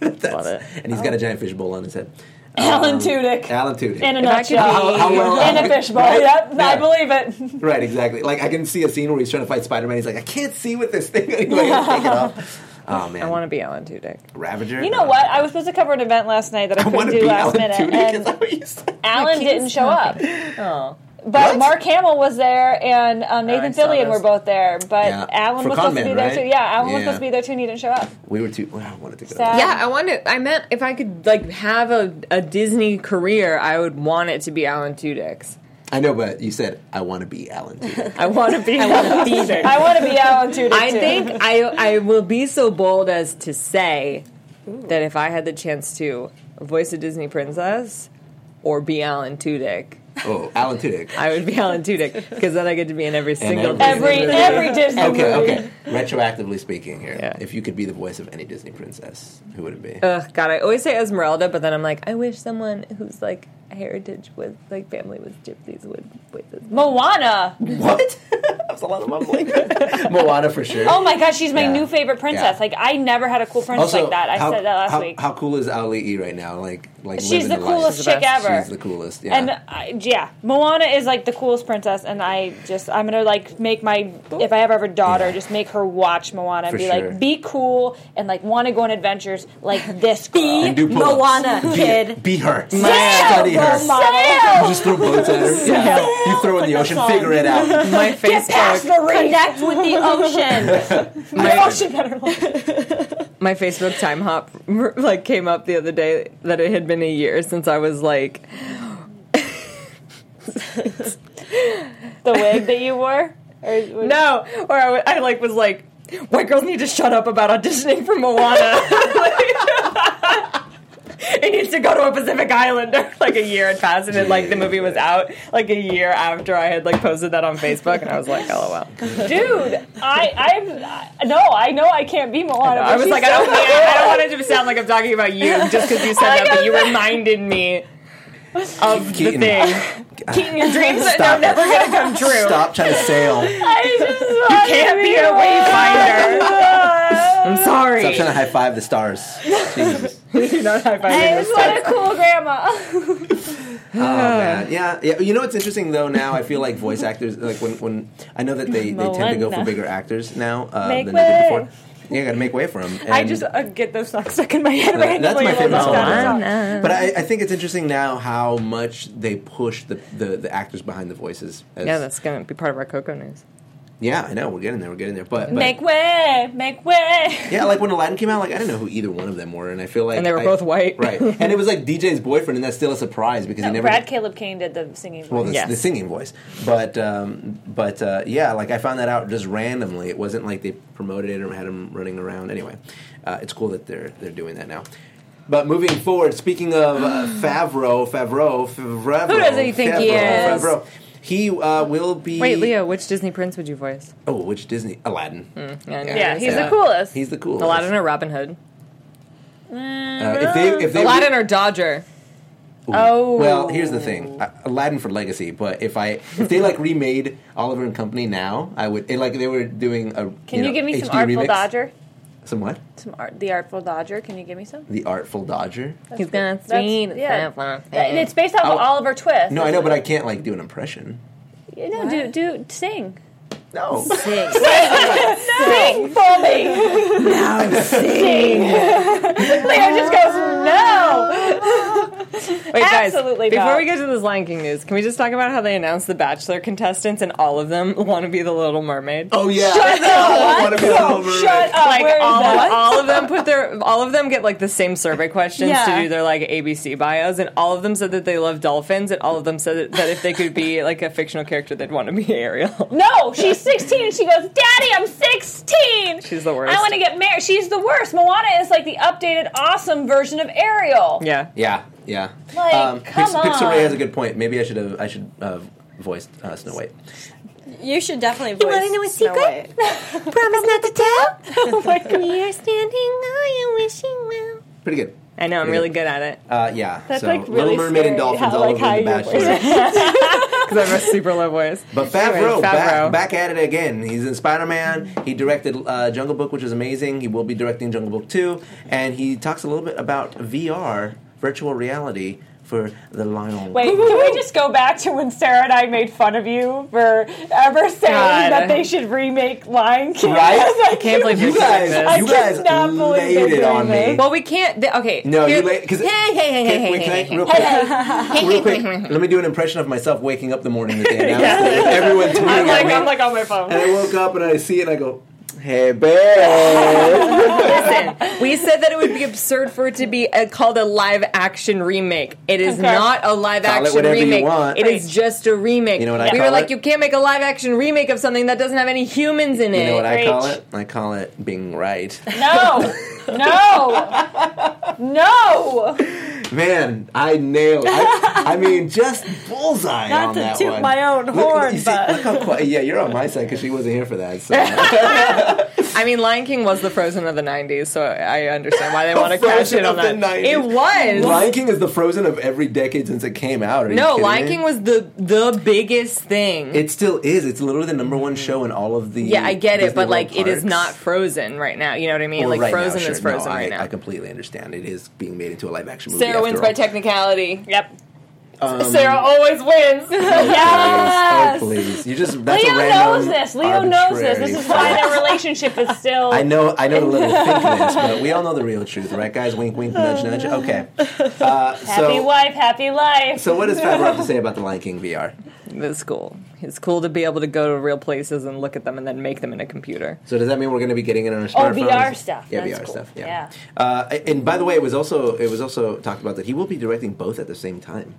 A: That's,
D: Love it. Oh.
A: And he's got a giant fishbowl on his head.
C: Alan
A: Um,
C: Tudyk.
A: Alan Tudyk.
C: in a
D: If I could
C: nutshell.
D: be- How- how
A: well-
C: in a fishbowl.
A: Right?
C: Yep, I
A: Yeah.
C: believe it.
A: Right, exactly. Like I can see a scene where he's trying to fight Spider Man. He's like, I can't see with this thing. Like, take it off. Oh man,
D: I want to be Alan Tudyk.
A: Ravager.
C: You know what? I was supposed to cover an event last night that I
A: I want to
C: couldn't do
A: be
C: last
A: Alan
C: minute,
A: Tudyk. Is
C: and
A: that what you said?
C: Alan didn't show up.
D: Oh,
A: What?
C: But Mark Hamill was there, and um, Nathan
D: I saw
C: Fillion were
D: this.
C: both there. But
A: Yeah.
C: Alan
A: For
C: was
A: Con
C: supposed to
A: Man,
C: be there
A: right?
C: too. Yeah, Alan
A: Yeah.
C: was supposed to be there too, and he didn't show up.
A: We were too. Well, I wanted to go.
C: Sad.
D: Yeah, I wanted. I meant if I could like have a, a Disney career, I would want it to be Alan Tudyk's.
A: I know, but you said I want to be Alan Tudyk.
D: I want to be Alan Tudyk.
C: I want to be Alan Tudyk.
D: I
C: too.
D: think I I will be so bold as to say that if I had the chance to voice a Disney princess or be Alan Tudyk,
A: oh, Alan Tudyk.
D: I would be Alan Tudyk because then I get to be in every single
A: every-
D: Disney
C: every
D: movie.
C: every Disney
A: Okay,
C: movie.
A: okay. Retroactively speaking, here,
D: Yeah.
A: if you could be the voice of any Disney princess, who would it be?
C: Uh,
D: Ugh, God, I always say Esmeralda, but then I'm like, I wish someone who's like heritage was like family was gypsies would voice this.
C: Moana.
A: what? that was a lot of mumbling. Moana for sure.
C: Oh my gosh, she's my
A: Yeah.
C: new favorite princess.
A: Yeah.
C: Like I never had a cool princess like that. I
A: how,
C: said that last
A: how,
C: week.
A: How cool is Ali E right now? Like, like
C: She's
A: living
C: the
A: life.
C: coolest
D: She's the
C: chick
D: best.
C: ever.
A: She's the coolest. Yeah.
C: And I, yeah, Moana is like the coolest princess, and I just I'm gonna like make my if I ever have a daughter,
A: Yeah.
C: just make her watch Moana and
A: For
C: be
A: sure.
C: like, be cool and like want to go on adventures like this girl.
A: and do pull-ups.
E: Moana,
A: be,
E: kid.
A: Be her.
C: Sam!
A: Study her.
E: Role model.
A: You just throw boats at her. Yeah. You throw in the ocean. Figure it out.
D: My
E: Past
D: Facebook,
E: the Connect with the ocean.
D: my,
C: Better
D: my Facebook time hop like came up the other day that it had been a year since I was like
C: the wig that you wore. Or,
D: No, or I, w- I, like was like, white girls need to shut up about auditioning for Moana. it needs to go to a Pacific Islander. Like a year had passed, and it, like the movie was out like a year after I had like posted that on Facebook, and I was like, lol.
C: Dude, I, I've, I- no, I know I can't be Moana.
D: I
C: but
D: was
C: she's
D: like, I
C: so
D: don't, mean, I don't want it to sound like I'm talking about you just because you said that, but you reminded me of
A: Keaton.
D: the thing.
C: Keaton, your
D: Dreams
C: dreams.
D: that
A: Stop
D: are
A: it.
D: never gonna come true.
A: Stop trying to sail.
C: I just you
D: Can't be a wayfinder. I'm sorry.
A: Stop trying to high five the stars. Jesus.
D: You're not high
C: I
D: fiving
C: just want a cool grandma.
A: Oh man, yeah, yeah. You know what's interesting though? Now I feel like voice actors, like when when I know that they, they tend to go for
C: Moana.
A: bigger actors now uh,
C: Make
A: than they did
C: way.
A: before. Yeah, gotta make way for them.
C: I just uh, get those songs stuck in my head randomly.
A: that's my
C: and
A: favorite
C: I'll
A: song.
C: just
A: of
C: gotta
A: all
C: talk.
A: time. But I, I think it's interesting now how much they push the, the, the actors behind the voices. As,
D: Yeah, that's gonna be part of our Coco news.
A: yeah, I know. We're getting there. We're getting there. But, but-
C: Make way, make way.
A: yeah, like when Aladdin came out, like I didn't know who either one of them were, and I feel like
D: And they were
A: I-
D: both white.
A: right? And it was like DJ's boyfriend, and that's still a surprise because he never
C: Brad Caleb Kane did the singing.
A: well the,
C: voice.
D: Yes.
A: the singing voice but um, but uh, yeah like i found that out just randomly it wasn't like they promoted it or had him running around anyway uh, it's cool that they're they're doing that now but moving forward speaking of uh, favreau favreau favreau
D: Who doesn't he think
A: favreau,
D: he is?
A: favreau he uh, will be
D: Wait, Leo, Hmm. which Disney prince would you voice?
A: oh which disney aladdin
D: Yeah,
A: Yeah,
C: yeah,
D: yeah.
C: he's the coolest.
A: he's the coolest
D: Aladdin or Robin Hood?
A: uh, if they, if they
D: Aladdin or Dodger?
C: Oh.
A: Well, here's the thing: I- Aladdin for legacy. But if I if they like remade Oliver and Company now, I would. It, like they were doing a.
C: Can you,
A: know,
C: give me some
A: HD
C: Artful
A: remix.
C: Dodger?
A: Some what?
C: Some art, the Artful Dodger. Can you give me some?
A: The Artful Dodger.
D: He's gonna
C: That's-
D: sweet.
C: yeah.
D: Yeah.
C: And it's based off of
A: I'll-
C: Oliver Twist.
A: No, I know, but I can't like do an impression.
C: You know, do do sing.
A: No,
C: Sing for me. Now sing. Leo just goes no.
D: Wait, guys,
C: Absolutely
D: before
C: not.
D: we get to this Lion King news, can we just talk about how they announced the Bachelor contestants and all of them want to be the Little Mermaid?
A: Oh yeah. Shut up. Wanna be a Little Mermaid.
C: Shut up.
D: Like
C: Where is
D: all,
C: that?
D: all of them put their all of them get like the same survey questions
E: Yeah.
D: to do their like ABC bios, and all of them said that they love dolphins, and all of them said that, that if they could be like a fictional character, they'd want to be Ariel.
C: No, she's 16 and she goes, Daddy, I'm 16.
D: She's the worst.
C: I want to get married. She's the worst. Moana is like the updated, awesome version of Ariel.
D: yeah,
A: Yeah, yeah. Um,
C: Like, come
A: Pix- Pixar Ray
C: on.
A: has a good point. Maybe I should have. I should have voiced uh, Snow White.
E: You should definitely voice. You want to know a secret?
J: Promise not to tell.
C: Oh my God.
J: We are standing
D: oh,
J: by and wishing well.
A: Pretty good.
D: I know I'm
A: Pretty
D: really
A: good.
D: good at it
A: Uh, yeah.
C: That's,
A: so
C: like,
A: Little
C: really
A: Mermaid and
C: scary
A: dolphins
C: how,
A: all
C: like,
A: over the
C: high your
A: Bachelor.
D: because I have a super low voice.
A: But Favreau,
D: Anyway, Favreau.
A: Back, back at it again. He's in Spider Man. He directed uh, Jungle Book, which is amazing. He will be directing Jungle Book 2. And he talks a little bit about VR, virtual reality, for The Lion.
C: Wait, can we just go back to when Sarah and I made fun of you for ever saying
D: God.
C: that they should remake Lion King?
A: Right?
C: I was like,
D: I can't believe
A: You
D: you're doing
A: guys,
D: this.
A: you
C: I
A: guys
C: cannot believe they're
A: laid it
C: doing
A: on me.
C: this.
D: Well, we can't. th- okay.
A: No,
D: here-
A: you late because
D: Hey, hey, hey, hey, hey, hey, hey.
A: real quick, real quick. Let me do an impression of myself waking up the morning that they announced it. Everyone tweeted at
D: I'm like,
A: me.
D: I'm like on my phone.
A: and I woke up and I see it. and I go, "Hey, babe."
D: Listen, we said that it would be absurd for it to be uh called a live action remake. It is
C: Okay.
D: not a live
A: Call it
D: action
A: whatever you
D: remake.
A: want.
D: It is just a remake.
A: You know what I
D: we
A: call
D: were like,
A: it?
D: you can't make a live action remake of something that doesn't have any humans in it.
A: you know what I call
C: Preach.
A: it? I call it being right.
C: No, no, no.
A: Man, I nailed. I, I mean, just bullseye
E: Not
A: on
E: to
A: that
E: toot
A: one.
E: my own
A: Look-
E: horn,
A: you see-
E: but-
A: look how quiet- yeah, you're on my side because she wasn't here for that. So.
D: I mean, Lion King was the Frozen of the '90s, so I understand why they want to cash
A: Frozen
D: in on
A: of the
D: that.
A: 90s.
D: It was.
A: Lion King is the Frozen of every decade since it came out. Are you
D: no,
A: kidding
D: Lion
A: me?
D: King was the the biggest thing.
A: It still is. It's literally the number one show in all of the.
D: yeah, I get
A: Disney
D: it, but
A: World
D: like it is
A: parks.
D: not Frozen right now. You know what I mean?
A: Well,
D: like
A: right now,
D: Frozen
A: sure.
D: is Frozen
A: No, I-
D: right now.
A: I completely understand. It is being made into a live action movie. Oh,
D: Sarah wins by technicality.
C: Yep.
A: Um,
D: Sarah always wins.
A: Yes. Oh, please. You just. That's
C: Leo
A: a random,
C: knows this. Leo knows this. This
A: arbitrary
C: is why
A: fact.
C: their relationship is still.
A: I know, I know the little thickness, but we all know the real truth, right, guys? Wink, wink, nudge, nudge. Okay. Uh,
C: Happy
A: so,
C: wife, happy life.
A: so what does Favreau have to say about the Lion King VR?
D: It's cool. It's cool to be able to go to real places and look at them and then make them in a computer.
A: So does that mean we're going to be getting it on our smartphones?
C: VR Oh, stuff.
A: Yeah,
C: That's
A: VR
C: cool.
A: stuff. Yeah.
C: Yeah.
A: Uh, and by the way, it was also it was also talked about that he will be directing both at the same time.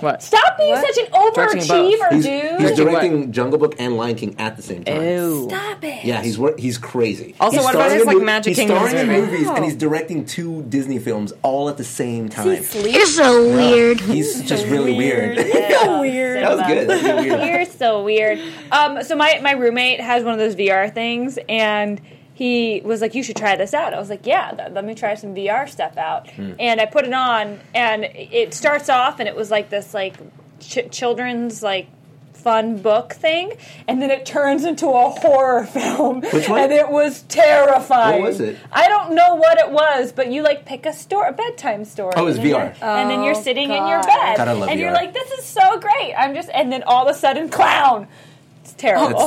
D: What?
C: Stop being
D: What?
C: such an
D: Directing both.
C: overachiever,
A: He's,
C: dude.
A: he's
D: Directing what?
A: directing Jungle Book and Lion King at the same time.
D: Ew.
C: Stop it.
A: Yeah, he's wor- he's crazy.
D: Also,
A: he's
D: what about
A: starring
D: his,
A: in
D: like,
A: mov-
D: Magic
A: he's
D: Kingdom
A: starring in
D: movie?
A: movies
C: Oh.
A: and he's directing two Disney films all at the same time.
J: You're so weird.
A: He's just really weird.
C: weird.
A: that was good. That was really weird.
C: You're so weird. Um, so my my roommate has one of those VR things, and he was like, "You should try this out." I was like, "Yeah, th- let me try some VR stuff out."
A: Hmm.
C: And I put it on, and it starts off, and it was like this like ch- children's like fun book thing, and then it turns into a horror film,
A: Which one?
C: and it was terrifying.
A: What was it?
C: I don't know what it was, but you like pick a story, a bedtime story.
A: Oh, it was
C: and then
A: VR.
C: you're- and then you're
E: Oh,
C: sitting in
E: God.
C: your bed,
A: God, I love
C: and you're
A: VR.
C: like, "This is so great!" I'm just, and then all of a sudden, clown. It's terrible.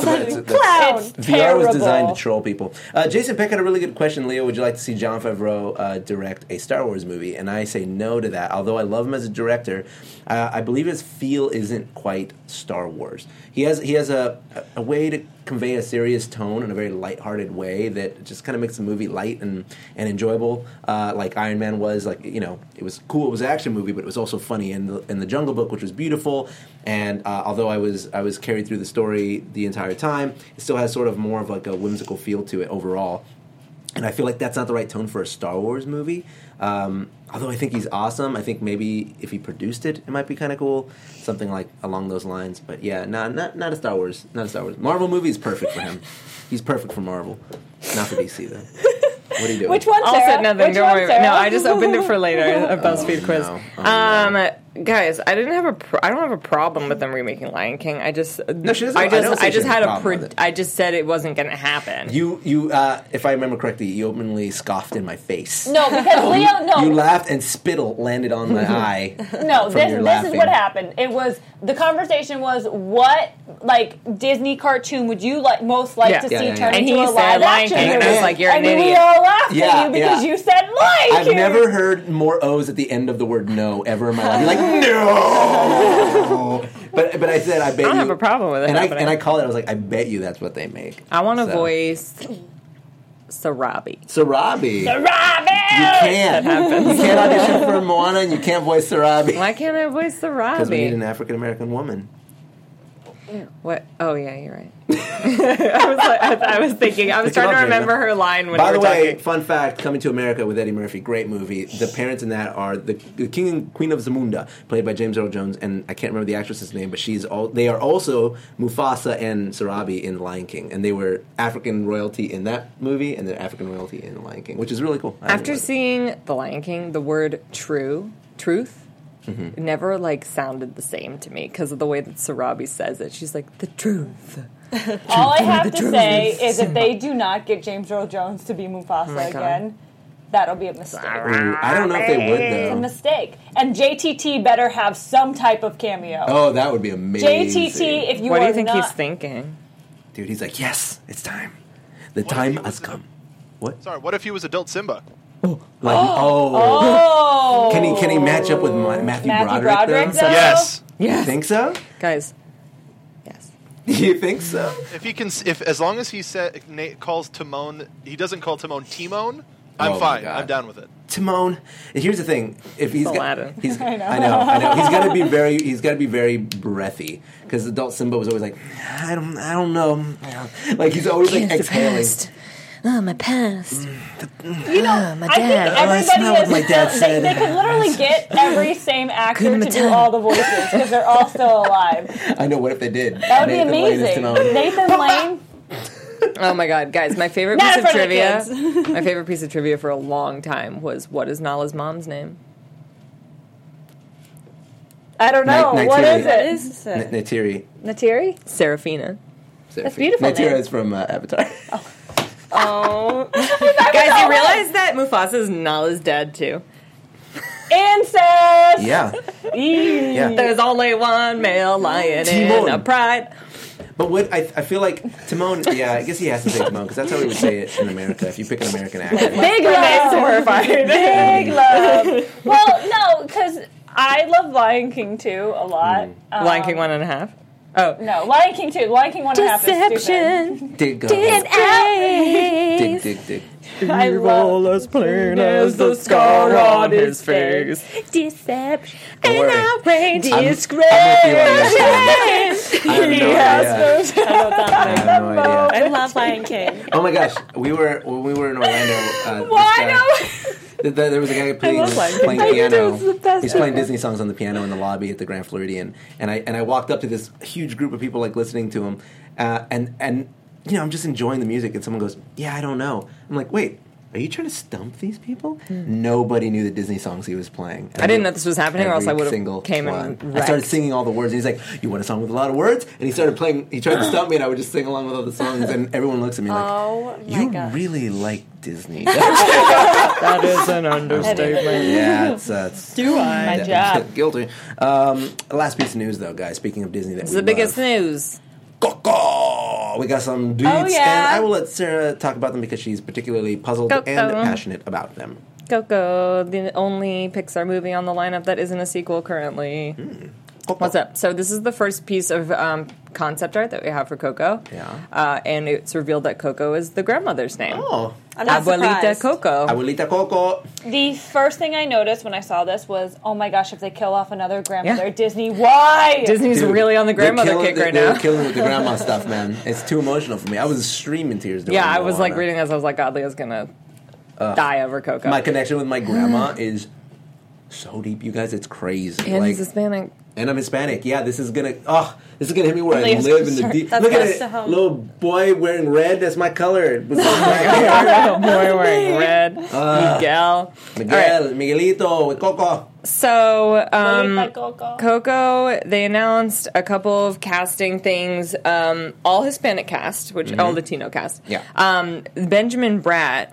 A: That's the- that's- that's-
C: clown.
A: VR was designed to troll people. Uh, Jason Peck had a really good question, Leo. Would you like to see John Favreau uh, direct a Star Wars movie? And I say no to that. Although I love him as a director, uh, I believe his feel isn't quite Star Wars. He has he has a, a way to convey a serious tone in a very lighthearted way that just kind of makes the movie light and and enjoyable. Uh, like Iron Man was, like you know, it was cool. It was an action movie, but it was also funny in the in the Jungle Book, which was beautiful. And uh, although I was I was carried through the story the entire time, it still has sort of more of like a whimsical feel to it overall. And I feel like that's not the right tone for a Star Wars movie. Um, although I think he's awesome, I think maybe if he produced it, it might be kind of cool, something like along those lines. But yeah, not not not a Star Wars, not a Star Wars. Marvel movie is perfect for him. he's perfect for Marvel, not for DC though. What are you doing?
C: Which one?
D: I'll
C: Sarah?
D: say nothing.
C: Which
D: Don't
C: one,
D: worry.
C: Sarah?
D: No, I just opened it for later. A BuzzFeed
A: Oh,
D: quiz.
A: no. Oh,
D: Um, guys, I didn't have a. Pro- I don't have a problem with them remaking Lion King. I just. No,
A: she doesn't-
D: I
A: I
D: just.
A: don't say
D: I
A: she
D: just
A: has
D: had
A: a
D: a.
A: problem
D: Pro-
A: with it.
D: I just said it wasn't going to happen.
A: You you uh, if I remember correctly, you openly scoffed in my face.
C: No, because Leo. No,
A: You laughed and spittle landed on my eye.
C: no.
A: from your
C: This this is
A: laughing.
C: what happened. It was the conversation was what like Disney cartoon would you like most like
D: Yeah.
C: to
D: Yeah,
C: see
A: yeah, yeah.
C: turn
D: And
C: into
D: he
C: a
D: said
C: live
D: Lion
C: action
D: King,
A: and I
C: movie?
A: was
D: like, you're an
C: And we
D: idiot.
C: all laughed at
A: Yeah,
C: you because
A: yeah.
C: you said Lion
A: I've
C: King.
A: never heard more O's at the end of the word no ever in my life. You're like, no! but but I said, I bet
D: I don't
A: you.
D: have a problem with it
A: and I,
D: happening.
A: and I called it, I was like, I bet you that's what they make.
D: I want to
A: So-
D: voice. Sarabi.
A: Sarabi. You
C: Robbie.
A: can't. You can't audition for Moana and you can't voice Sarabi.
D: Why can't I voice
A: Because we need an
D: Sarabi?
A: African American woman.
D: What? Oh yeah, you're right. I was like, I, I was thinking. I was
A: Pick it
D: trying
A: up,
D: to remember
A: Jana.
D: her line when
A: By
D: we
A: the
D: were
A: way,
D: talking.
A: fun fact: Coming to America with Eddie Murphy, great movie. The parents in that are the, the King and Queen of Zamunda, played by James Earl Jones, and I can't remember the actress's name, but she's all. They are also Mufasa and Sarabi in Lion King, and they were African royalty in that movie, and then African royalty in Lion King, which is really cool. I
D: After
A: really-
D: seeing The Lion King, the word true, truth, never like sounded the same to me because of the way that Sarabi says it. She's like, the truth.
C: All I have to say is if they do not get James Earl Jones to be
A: Oh
C: Mufasa
D: my God.
C: again, that'll be a mistake.
A: Ooh, I don't know if they would
C: It's a
A: though.
C: mistake. And JTT better have some type of cameo.
A: Oh, that would be amazing.
C: JTT, if you
D: what do
C: are
D: you think
C: not,
D: he's thinking?
A: dude, he's like, yes, it's time. The
H: if
A: time
H: he was
A: has
H: a-
A: come. What?
H: Sorry, what if he was adult Simba?
A: Like, oh,
C: Oh,
A: can he can he match up with Ma- Matthew,
C: Matthew
A: Broderick?
C: Broderick,
A: though?
C: though?
H: Yes.
A: You
D: Yes.
A: think so?
D: Guys. Yes.
A: You think so?
H: If he can, if as long as he sa na- calls Timon, he doesn't call Timon Timon. I'm
A: Oh my
H: fine.
A: God.
H: I'm down with it.
A: Timon. Here's the thing: if he's got-
D: Aladdin.
A: he's I know. I know, He's got to be very. He's got to be very breathy because adult Simba was always like, I don't, I don't know. Like he's always like exhaling.
D: Ah,
J: Oh, my past.
C: You know,
J: my
C: I think
J: dad. Oh, I
C: everybody
A: smell what
C: is.
A: my dad
C: they,
A: said.
C: They can literally get every same actor
J: Couldn't
C: to do
J: attend.
C: all the voices because they're all still alive.
A: I know. What if they did?
C: That would be
A: Nathan Lane is
C: amazing.
A: Timon.
C: Nathan Lane.
D: Oh my god, guys, my favorite
C: Not
D: piece
C: in
D: of
C: front
D: trivia.
C: of the
D: my favorite piece of trivia for a long time was what is Nala's mom's name?
C: I don't know.
A: Night-
C: what
A: Nightiri.
C: is
A: What
C: it?
A: N- Natiri.
C: Natiri?
D: Serafina.
A: That's
C: beautiful
A: Natira
C: name.
A: is from uh, Avatar.
D: Oh. Guys, you realize that Mufasa is Nala's dad too.
C: Incest.
A: yeah, yeah.
D: There's only one male lion
A: Timon.
D: in a pride.
A: But what I, I feel like Timon. Yeah, I guess he has to say Timon because that's how we would say it in America if you pick an American actor.
C: Big love. Big love. well, no, because I love Lion King 2 a lot. Um,
D: Mm. Lion King one and a half. Oh.
C: No, Lion King 2. Lion King 1 and a half is stupid.
A: Dig, uh,
J: Deception.
A: dig,
C: face.
A: dig, dig.
C: I love
D: as plain
C: as the scar on his face. deception
A: Don't worry. I'm-
C: outrage.
A: I'm with you on this one. I have
C: He
A: no idea.
C: has no
A: I have no idea.
E: I love Lion King.
A: Oh my gosh, we were when we were in Orlando. Uh, this guy-
C: Why
A: th- th- There was a guy playing,
D: love Lion
A: playing
C: King. I think it
A: piano.
C: was the best
A: He's playing
C: ever.
A: Disney songs on the piano in the lobby at the Grand Floridian, and I and I walked up to this huge group of people like listening to him, uh, and and you know I'm just enjoying the music, and someone goes, "Yeah, I don't know." I'm like, "Wait, are you trying to stump these people?" Nobody knew the Disney songs he was playing.
D: Hmm. I didn't know this was happening, or else
A: Every
D: I would've
A: single
D: came and
A: one. I
D: wrecked.
A: started singing all the words, and he's like, "You want a song with a lot of words?" And he started playing. He tried to stump me, and I would just sing along with all the songs, and everyone looks at me like,
C: Oh my
A: "You
C: gosh.
A: really like Disney."
D: That is an understatement.
A: yeah, it's, uh, it's
D: Do I?
C: My job.
A: guilty. Um, last piece of news, though, guys. Speaking of Disney, that
D: It's
A: we
D: the biggest
A: love.
D: news.
A: Coco! We got some dudes,
D: Oh,
C: yeah.
A: and I will let Sarah talk about them because she's particularly puzzled
D: Coco.
A: and passionate about them.
D: Coco, the only Pixar movie on the lineup that isn't a sequel currently.
A: Coco.
D: What's up? So this is the first piece of um, concept art that we have for Coco.
A: Yeah.
D: Uh, and it's revealed that Coco is the grandmother's name.
A: Oh,
E: I'm not
D: Abuelita
E: surprised.
D: Coco.
A: Abuelita Coco.
C: The first thing I noticed when I saw this was, oh my gosh, if they kill off another grandmother,
D: Yeah.
C: Disney, why?
D: Disney's
A: Dude,
D: really on the
A: they're
D: grandmother
A: killing-
D: kick
A: they're-
D: right
A: they're
D: now.
A: killing with the grandma stuff, man. It's too emotional for me. I was streaming tears. during
D: Yeah, I was like
A: Moana. Uh,
D: reading this. I was like, God, Leah's gonna die over Coco.
A: My connection with my grandma is so deep, you guys. It's crazy.
D: and
A: like,
D: he's Hispanic.
A: and I'm Hispanic. Yeah, this is gonna oh, this is gonna hit me where I
C: Please,
A: live in the
C: sorry.
A: deep.
E: That's
A: Look at
E: close
A: it,
E: to home.
A: little boy wearing red. That's my color. With
D: Oh, boy, wearing red. Miguel.
A: Uh, Miguel, Miguelito, with Coco.
D: So um,
C: Abuelita Coco.
D: Coco, they announced a couple of casting things, um, all Hispanic cast, which all
A: Mm-hmm.
D: Latino cast.
A: Yeah.
D: Um, Benjamin Bratt,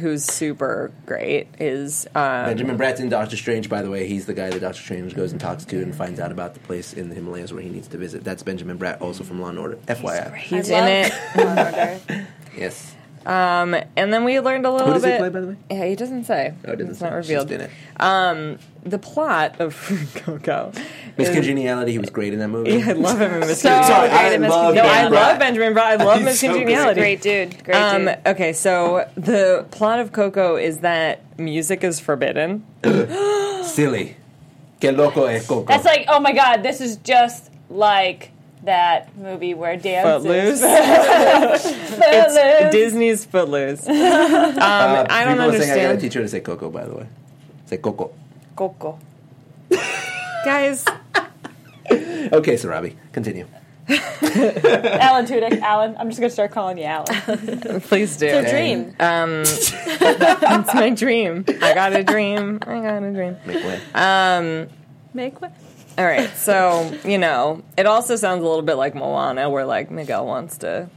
D: who's super great, is uh,
A: Benjamin Bratt's in Doctor Strange, by the way. He's the guy that Doctor Strange goes and talks to and finds out about the place in the Himalayas where he needs to visit. That's Benjamin Bratt, also from Law and Order. FYI,
D: he's
C: love-
D: in it.
A: yes.
D: And then we learned a little
A: Who does
D: bit.
A: he play, by the way?
D: Yeah, he doesn't say.
A: Oh, it doesn't
D: it's
A: say.
D: not
A: It's
D: revealed.
A: Just in it.
D: The plot of Coco.
A: Miss
D: is-
A: Congeniality. He was great in that movie.
D: I love him in Miss
C: So
A: Sorry,
D: Congeniality.
A: I
C: Miss
A: love
D: No,
C: Congeniality.
D: I
A: Benjamin Bratt.
D: love Benjamin Bratt. I love
A: He's
D: Miss
A: so great.
D: Congeniality.
C: Great dude. Great
D: Um,
C: dude.
D: okay, so the plot of Coco is that music is forbidden.
A: Silly. Que loco es Coco.
C: That's like, oh my god, this is just like that movie where dance
D: Footloose.
C: is
D: It's Disney's Footloose. Um,
A: Uh,
D: I
A: people
D: don't
A: are saying I gotta
D: understand.
A: teach her to say Coco. By the way, say Coco.
C: Coco.
D: Guys,
A: Okay, Sarabi, continue.
C: Alan Tudyk. Alan. I'm just gonna start calling you Alan.
D: please do.
E: It's a dream.
D: It's my dream. I got a dream. I got a dream.
A: Make way.
E: Make what?
D: All right, so, you know, it also sounds a little bit like Moana, where, like, Miguel wants to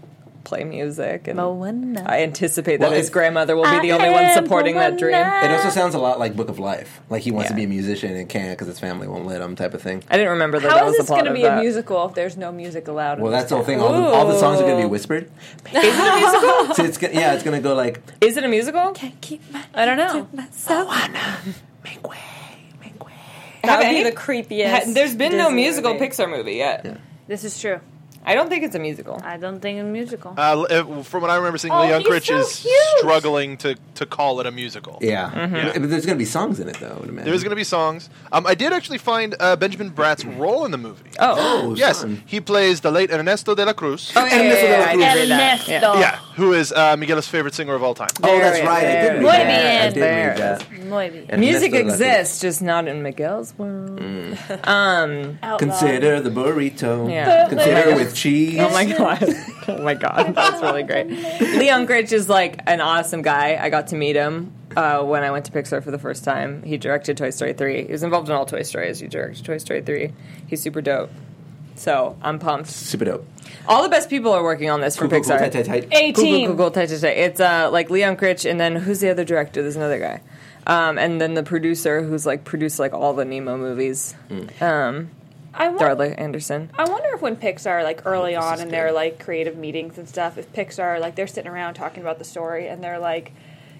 D: play music. And
E: Moana.
D: I anticipate that
A: Well,
D: his
A: it-
D: grandmother will be the
C: I
D: only one
C: am
D: supporting that dream.
C: Moana.
A: It also sounds a lot like Book of Life. Like he wants to
D: Yeah.
A: be a musician and can't because his family won't let him, type of thing.
D: I didn't remember that that
C: How
D: was
C: is
D: the
C: this
D: plot
C: gonna
D: of
C: be
D: that.
C: a musical if there's no music allowed?
A: Well, that's the whole thing. All the, all the songs are going to be whispered.
D: Is it a musical?
A: So it's gonna, yeah, it's going to go like
D: Is it a musical?
C: I don't know.
A: make way, make way.
E: That would
D: Have
E: be
D: any-
E: the creepiest.
D: There's been no
E: Disney
D: musical
E: movie.
D: Pixar movie yet.
C: This is true.
D: I don't think it's a musical.
C: I don't think it's musical.
H: Uh, l- uh, from what I remember seeing,
C: Oh,
H: Leon
C: he's
H: Critch
C: so
H: is
C: cute.
H: struggling to, to call it a musical.
A: Yeah,
H: Yeah.
D: Mm-hmm.
A: but there's going to be songs in it though. I would imagine.
H: There's going to be songs. Um, I did actually find uh, Benjamin Bratt's role in the movie.
D: Oh.
A: Oh,
H: yes,
A: son.
H: he plays the late Ernesto de la Cruz.
D: Oh, yeah, yeah, yeah, yeah, I did read that. Yeah.
H: Yeah, who is uh, Miguel's favorite singer of all time.
A: Oh,
D: There
A: that's
D: it
A: right. I
D: is.
A: did read that.
D: Muy
A: I
D: bien.
A: did read
D: There
A: that.
C: Muy bien.
A: And
D: Music
A: Ernesto de la Cruz.
D: exists, just not in Miguel's world.
A: Consider the burrito.
D: Yeah.
A: Consider with cheese.
D: Oh my god. Oh my god. That's really great. Leon Gritch is like an awesome guy. I got to meet him uh, when I went to Pixar for the first time. He directed Toy Story 3. He was involved in all Toy Stories. He directed Toy Story 3. He's super dope. So I'm pumped.
A: Super dope.
D: All the best people are working on this from
A: Cool, cool,
D: Pixar.
A: tight, tight, tight.
D: Google,
C: Eighteen.
D: Google, type, type, type. It's uh, like Leon Critch, and then who's the other director? There's another guy, um, and then the producer who's like produced like all the Nemo movies, Um,
C: I want.
D: Darla Anderson.
C: I wonder if when Pixar, like early on in their like creative meetings and stuff, if Pixar, like they're sitting around talking about the story and they're like,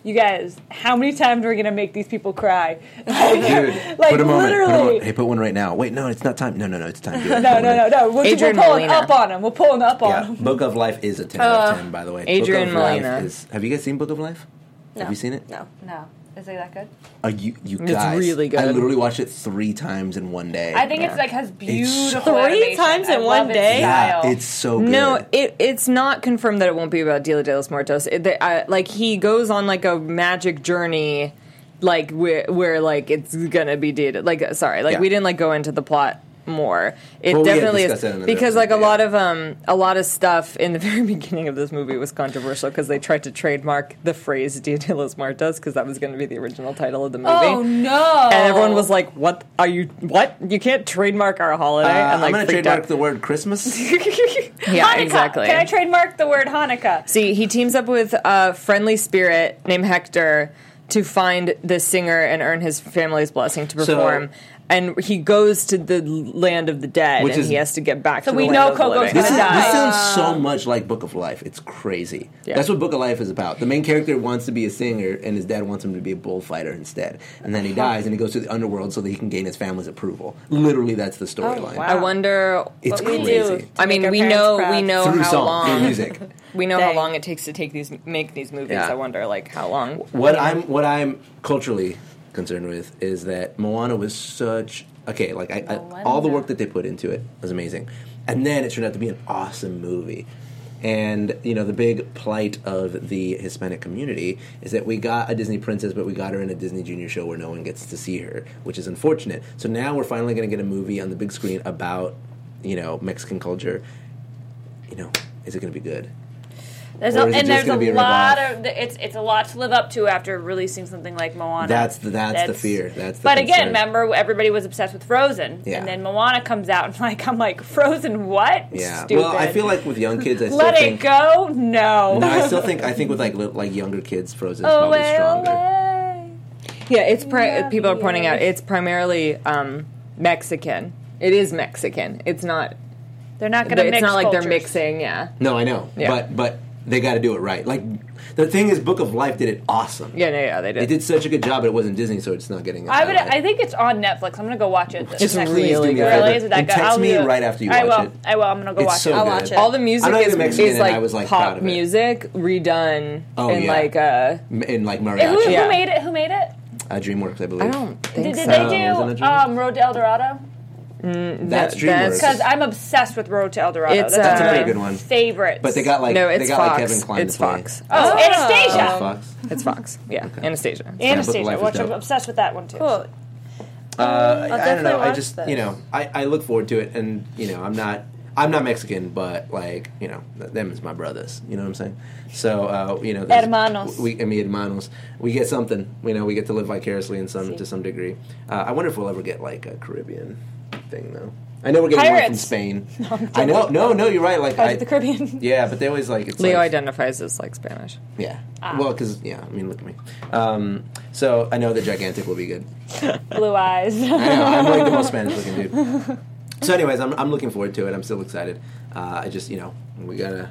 C: you guys, how many times are we gonna make these people cry?
A: Dude,
C: Like,
A: put a moment. Put a
C: literally.
A: moment. Hey, put one right now. Wait, no, it's not time. No, no, no, it's time. Do it.
C: No, no, no, no. We'll, we'll
D: Adrian
C: pull an
D: Molina.
C: up on him. We'll pull an up on
A: Yeah,
C: him.
A: Book of Life is a ten out of ten, by the way.
D: Adrian
A: Book of Life
D: Molina.
A: is- have you guys seen Book of Life? Have you seen it?
E: No.
C: No, is it that good?
A: Are you you
D: It's
A: guys?
D: really good.
A: I literally watched it three times in one day.
C: I think it's like has beautiful
A: Three
C: animation.
E: times
C: I
E: in
C: love
E: one
C: its
E: day?
A: yeah,
C: style.
A: it's so good.
D: No, it, it's not confirmed that it won't be about Dia de los Muertos. It, they, I, like he goes on like a magic journey, like where, where like it's gonna be Dia. de- Like uh, sorry, like
A: Yeah.
D: we didn't like go into the plot more. It
A: Well, we had
D: definitely is
A: discussed that in another
D: because like a
A: episode, yeah.
D: lot of um a lot of stuff in the very beginning of this movie was controversial because they tried to trademark the phrase Dia de los Muertos because that was going to be the original title of the movie.
C: oh no!
D: And everyone was like, "What are you? What you can't trademark our holiday?"
A: Uh,
D: and like
A: I'm gonna
D: freaked
A: trademark
D: out.
A: the word Christmas.
D: yeah,
C: Hanukkah.
D: exactly.
C: Can I trademark the word Hanukkah?
D: See, he teams up with a friendly spirit named Hector to find this singer and earn his family's blessing to perform. and he goes to the land of the dead,
A: Which
D: and
A: is-
D: he has to get back.
C: So
D: to
C: we
D: the
C: know
D: land of the
C: Coco's
D: living.
A: This, is,
C: gonna die.
A: this sounds so much like Book of Life. It's crazy.
D: uh, Yeah.
A: That's what Book of Life is about. The main character wants to be a singer, and his dad wants him to be a bullfighter instead. And then he dies, and he goes to the underworld so that he can gain his family's approval. Literally, that's the
D: Oh,
A: storyline.
D: I wonder.
A: It's
C: What we do
A: crazy.
C: to
D: I mean,
C: make our
D: we
C: parents
D: know
C: proud.
D: we know
A: Through
D: how
A: song, through
D: long
A: music.
D: we know
C: Dang.
D: how long it takes to take these make these movies.
A: Yeah.
D: I wonder, like, how long?
A: What I'm what I'm culturally concerned with is that Moana was such okay, like I, I all the work that they put into it was amazing, and then it turned out to be an awesome movie. And you know the big plight of the Hispanic community is that we got a Disney princess, but we got her in a Disney Junior show where no one gets to see her, which is unfortunate. So now we're finally going to get a movie on the big screen about you know Mexican culture. You know, is it going to be good?
C: There's
A: Or
C: a,
A: is it just
C: and there's
A: gonna be a
C: a lot
A: ripoff?
C: of it's it's a lot to live up to after releasing something like Moana.
A: That's the- that's the fear. That's the
C: but again,
A: concern.
C: remember everybody was obsessed with Frozen,
A: Yeah.
C: and then Moana comes out and like I'm like Frozen what?
A: Yeah.
C: Stupid.
A: Well, I feel like with young kids, I still
C: let
A: think
C: it go. No.
A: No, I still think I think with like li- like younger kids, Frozen
D: Oh,
A: is probably
C: away,
A: stronger.
C: away.
D: Yeah, it's pri-
C: Yeah,
D: people are
C: yeah.
D: pointing out it's primarily um, Mexican. It is Mexican. It's not.
C: They're not going to.
D: It's not like
C: cultures.
D: they're mixing. Yeah.
A: No, I know,
D: Yeah.
A: but but they got to do it right. Like the thing is, Book of Life did it awesome.
D: Yeah, no, yeah, they did.
A: They did such a good job, but it wasn't Disney, so it's not getting. it
C: I would.
A: highlighted.
C: I think it's on Netflix. I'm gonna go watch it. this
D: It's
C: next
D: really
C: week.
D: good.
C: Really? Is it that
A: And
C: good?
A: text
C: I'll
A: me
C: do it.
A: right after you
C: I
A: watch
C: will.
A: it.
C: I will. I'm gonna go
A: It's
C: watch
A: so
C: it.
E: I'll
A: good.
E: watch it.
D: All the music
A: I'm not
D: is,
A: even Mexican,
D: is
A: and I
D: like,
A: was, like, proud
D: pop
A: of it.
D: music redone
A: Oh,
D: in
A: yeah.
D: like uh, a.
A: M- in like
C: Who,
A: mariachi,
C: who
D: Yeah.
C: made it? Who made it?
A: uh, DreamWorks, I believe.
D: I don't think
C: Did, did
D: so.
A: Uh,
C: they
A: wasn't
C: do
A: it Dreamworks?
C: um, Road to El Dorado?
A: That's
D: That-
A: DreamWorks.
C: Because I'm obsessed with Road to El Dorado.
D: It's,
C: That's,
D: That's a
C: one of
D: pretty
C: my
A: good one.
C: Favorites.
A: But they got like
D: no,
A: they
D: it's
A: got
D: Fox.
A: like Kevin Klein.
D: it's
A: to play.
D: Fox.
C: oh, Anastasia.
A: Oh, Fox.
D: It's Fox. Yeah, Anastasia.
A: Yeah, Book of
C: Anastasia,
A: Life is
C: which I'm
A: dope.
C: obsessed with that one too.
E: Cool.
A: Uh, I don't
E: definitely
A: know. I
E: watch
A: just
E: this.
A: you know I, I look forward to it, and you know I'm not I'm not Mexican, but like you know th- them is my brothers. You know what I'm saying? So uh, you know, there's-
C: Hermanos.
A: We, I mean, hermanos. We get something. You know, we get to live vicariously in some to some degree. Uh, I wonder if we'll ever get like a Caribbean thing though. I know we're getting one from
C: Pirates.
A: Spain. I know. No, no, you're right. Like
C: Pirates
A: I,
C: of the Caribbean.
A: Yeah, but they always like it's
D: Leo
A: like,
D: identifies as like Spanish.
A: Yeah.
C: Ah.
A: Well, because yeah, I mean, look at me. Um, so I know that gigantic will be good.
C: Blue eyes.
A: I know. I'm like the most Spanish looking dude. So, anyways, I'm, I'm looking forward to it. I'm still excited. Uh, I just, you know, we gotta.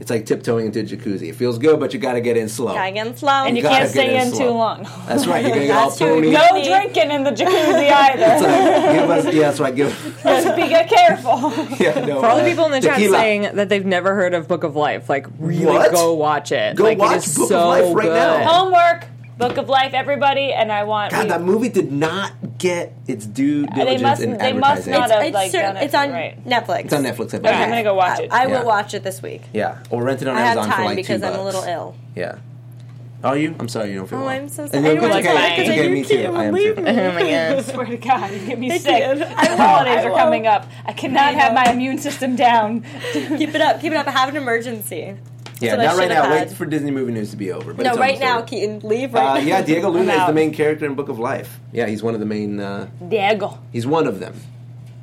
A: It's like tiptoeing into a jacuzzi. It feels good, but you gotta get in slow.
E: Trying and slow.
C: and you
A: gotta
C: can't
A: get
C: stay
A: in
C: in too
A: slow.
C: long.
A: That's right. You're gonna get all
E: That's true.
A: pony.
C: No drinking in the jacuzzi either.
A: Give us, yeah, that's right. Give,
C: Just be careful.
A: yeah, no,
D: For all the
A: uh,
D: people in the chat
A: tequila.
D: saying that they've never heard of Book of Life, like really
A: What?
D: go watch it.
A: Go
D: like, it
A: watch
D: is
A: Book of
D: so
A: Life right
D: good.
A: now.
E: Oh,
C: Homework, Book of Life, everybody, and I want.
A: God,
C: we-
A: that movie did not get its due diligence
C: must-
A: in
C: they must
A: advertising.
C: not have-
E: it's,
C: like,
E: cer-
C: done it
E: it's on
C: right.
E: Netflix.
A: it's on Netflix, I believe.
C: Okay, I'm gonna go watch
E: I,
C: it.
E: I
A: Yeah.
E: will watch it this week.
A: Yeah, or rent it on
E: I have
A: Amazon for
E: time
A: like
E: because
A: two
E: I'm a
A: bucks.
E: little ill.
A: Yeah. Are you? I'm sorry, you don't feel
E: Oh,
A: well.
E: I'm so
A: And
E: sorry.
A: no, it's
E: I
C: don't wanna
A: okay.
C: say
A: It's
C: it 'cause
A: okay,
E: you
A: me too.
E: can't
A: I am
E: believe
A: too.
E: me.
D: Oh my god.
C: swear to God, you get me sick.
E: did.
C: The holidays
E: I
C: are
E: will.
C: coming up. I cannot have my immune system down.
E: Keep it up. Keep it up. I have an emergency.
A: Yeah,
E: what I
A: not right
E: should've
A: now.
E: had.
A: Wait for Disney movie news to be over. But
E: No,
A: it's almost
E: right now,
A: over.
E: Keaton, leave right
A: Uh,
E: now.
A: yeah, Diego Luna
C: I'm
A: is the
C: out.
A: main character in Book of Life. Yeah, he's one of the main. Uh,
C: Diego,
A: he's one of them.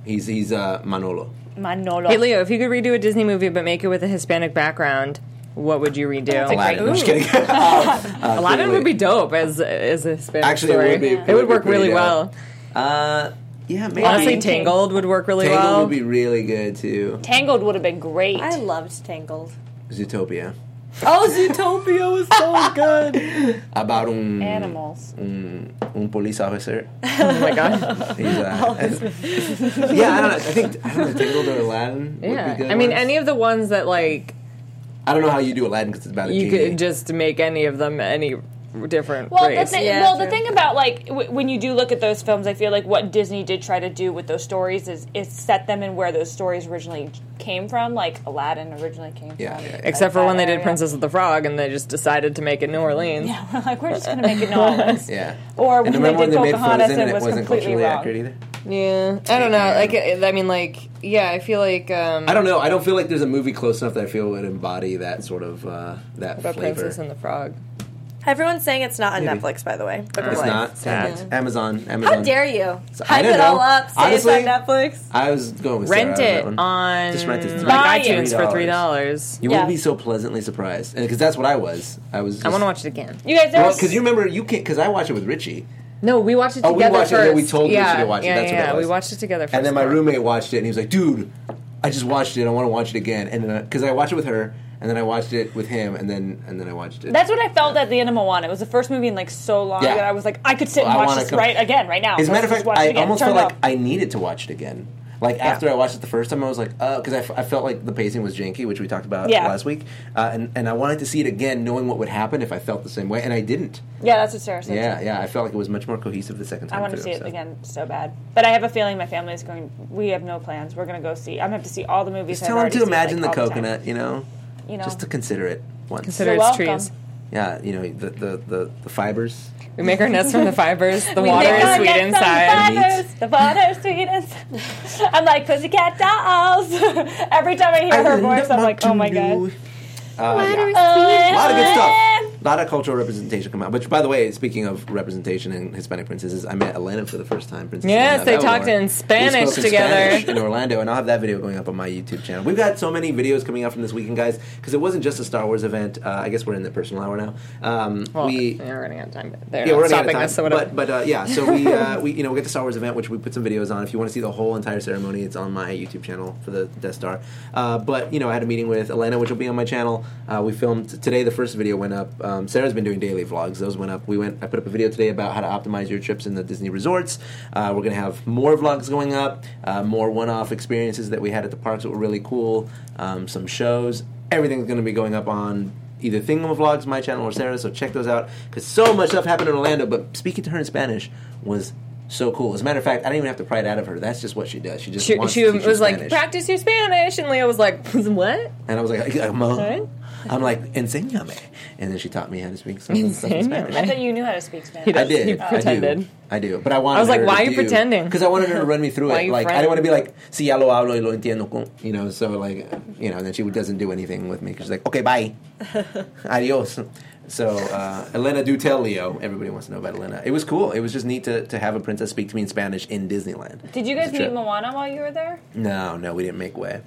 A: He's he's uh, Manolo.
C: Manolo.
D: Hey Leo, if you could redo a Disney movie but make it with a Hispanic background, what would you redo?
A: Aladdin. I'm just kidding. Uh,
D: Aladdin
A: Clearly.
D: would be dope as as a Hispanic
A: Actually, it
D: story.
A: would be-
D: It would work
A: pretty
D: really
A: dope.
D: well.
A: uh, yeah, maybe.
D: Honestly,
C: Lion King.
D: Tangled would work really
A: Tangled
D: well.
A: would be really good too.
C: Tangled would have been great.
E: I loved Tangled.
A: Zootopia.
D: Oh, Zootopia was so good.
A: about un,
C: Animals.
A: un police officer.
D: oh my god.
A: He's, uh, yeah, I don't know. I think I don't know. Tangled or Aladdin. would be
D: Yeah.
A: good
D: I mean,
A: ones.
D: any of the ones that like
A: I don't know how you do Aladdin because it's about a
D: you
A: genie.
D: could just make any of them any different
C: Well, the
D: race.
C: thing,
E: Yeah,
C: well, the
E: true.
C: thing about like w- when you do look at those films, I feel like what Disney did try to do with those stories is is set them in where those stories originally came from, like Aladdin originally came
A: Yeah,
C: from.
A: yeah, yeah.
D: Except for when they did
C: Yeah.
D: Princess of the Frog and they just decided to make it New Orleans.
C: Yeah, we're like we're just gonna make it New Orleans.
A: yeah. And
C: Or when
A: remember
C: they
A: when
C: did
A: they made
C: Pocahontas,
A: Frozen and
C: it was
A: wasn't
C: completely
A: culturally
C: wrong.
A: accurate either?
D: Yeah, I don't know. Like, I I mean, like, yeah, I feel like um,
A: I don't know. I don't feel like there's a movie close enough that I feel would embody that sort of uh, that
D: about
A: flavor.
D: Princess and the Frog.
E: Everyone's saying it's not on
A: Maybe.
E: Netflix, by the way. Book of
A: it's
E: Life.
A: not sad. Amazon. Amazon.
E: How dare you
A: So, I
E: hype
A: don't
E: it all
A: know.
E: up? Say
A: Honestly,
E: it's on Netflix.
A: I was going with
D: Rent
A: Sarah on
D: it
A: that one.
D: on
A: Just rent it.
D: like
C: Buy it.
D: iTunes for three
A: $3.
D: dollars.
A: You
C: Yeah.
A: would be so pleasantly surprised because that's what I was. I was. Just,
D: I want to watch it again.
C: You guys, there
A: Well,
C: was-
A: because you remember you can't because I watched it with Richie,
D: No, we watched it
A: Oh,
D: together
A: we watched it,
D: first.
A: yeah, we told Lucy
D: yeah,
A: to watch it,
D: Yeah,
A: that's what
D: yeah,
A: it was.
D: we watched it together first.
A: and then my roommate watched it and he was like, "Dude, I just watched it. I want to watch it again." And then because I watched it with her, and then I watched it with him, and then and then I watched it.
C: that's what I felt at the Animal One. It was the first movie in like so long
A: Yeah.
C: that I was like, I could sit
A: Well, I
C: and watch
A: wanna
C: this
A: come-
C: right again, right now.
A: As a matter of
C: Let's
A: fact,
C: just watch it
A: I
C: again.
A: almost
C: Turn
A: felt
C: it
A: like
C: off.
A: I needed to watch it again. Like after I watched it the first time, I was like, "Oh," because I, f- I felt like the pacing was janky, which we talked about
C: Yeah.
A: last week, uh, and and I wanted to see it again, knowing what would happen if I felt the same way, and I didn't.
C: yeah, that's what Sarah said.
A: Yeah, yeah, I felt like it was much more cohesive the second time.
C: I want to
A: through,
C: see it
A: so.
C: again so bad, but I have a feeling my family is going. We have no plans. We're going to go see. I'm going to have to see all the movies.
A: Just
C: I've
A: tell him
C: already
A: to
C: seen,
A: imagine
C: like,
A: the
C: all time.
A: coconut, you know,
C: You know,
A: just to consider it once.
D: Consider
C: You're
D: it's
C: welcome.
D: trees.
A: yeah, you know the the the, the fibers.
D: We make our nest from the fibers. The water
C: Make
D: is
C: our
D: sweet
C: necks
D: inside.
C: on fibers, The water is sweet inside. I'm like pussycat dolls. Every time I hear her voice, I'm like, oh my god. Oh,
A: A lot of good stuff. A lot of cultural representation come out. Which, by the way, speaking of representation in Hispanic princesses, I met Elena for the first time. Princess
D: Yes,
A: Elena
D: they
A: Valor.
D: talked in
A: We
D: Spanish
A: spoke in
D: together.
A: Spanish in Orlando, and I'll have that video going up on my YouTube channel. We've got so many videos coming out from this weekend, guys, because it wasn't just a Star Wars event. Uh, I guess we're in the personal hour now. Um,
D: Well,
A: we
D: we're running out of time. But they're
A: yeah,
D: not
A: we're running
D: stopping
A: out of
D: us, so
A: time.
D: whatever.
A: but but uh, yeah, so we uh, we you know we got the Star Wars event, which we put some videos on. If you want to see the whole entire ceremony, it's on my YouTube channel for the Death Star. Uh, but you know, I had a meeting with Elena, which will be on my channel. Uh, we filmed today. The first video went up. Um, Sarah's been doing daily vlogs; those went up. We went. I put up a video today about how to optimize your trips in the Disney resorts. Uh, we're gonna have more vlogs going up, uh, more one-off experiences that we had at the parks that were really cool. Um, some shows. Everything's gonna be going up on either Thingamavlogs, my channel, or Sarah. So check those out because so much stuff happened in Orlando. But speaking to her in Spanish was so cool. As a matter of fact, I didn't even have to pry it out of her. That's just what she does. She just
D: she,
A: wants
D: she
A: to teach you
D: was like,
A: Spanish.
D: "Practice your Spanish," and Leo was like, "What?"
A: and I was like, I'm,
D: Right?
A: I'm like, enséñame. And then she taught me how to speak some of the stuff in
D: Enséñame.
A: Spanish.
C: I thought you knew how to speak Spanish.
A: I
D: He
A: did. I
D: pretended.
A: do. I do. But I wanted.
D: I was like, why are you pretending?
A: Because I wanted her to run me through
D: Why are
A: it.
D: you
A: Like I didn't want to be
D: friends?
A: like, si ya lo hablo y lo entiendo, con-" you know. So like, you know, and then she doesn't do anything with me. 'cause She's like, okay, bye, adios. So uh, Elena, do tell Leo. Everybody wants to know about Elena. It was cool. It was just neat to, to have a princess speak to me in Spanish in Disneyland.
C: Did you
A: It was
C: guys
A: a
C: meet
A: trip.
C: Moana while you were there?
A: No, no, we didn't make way.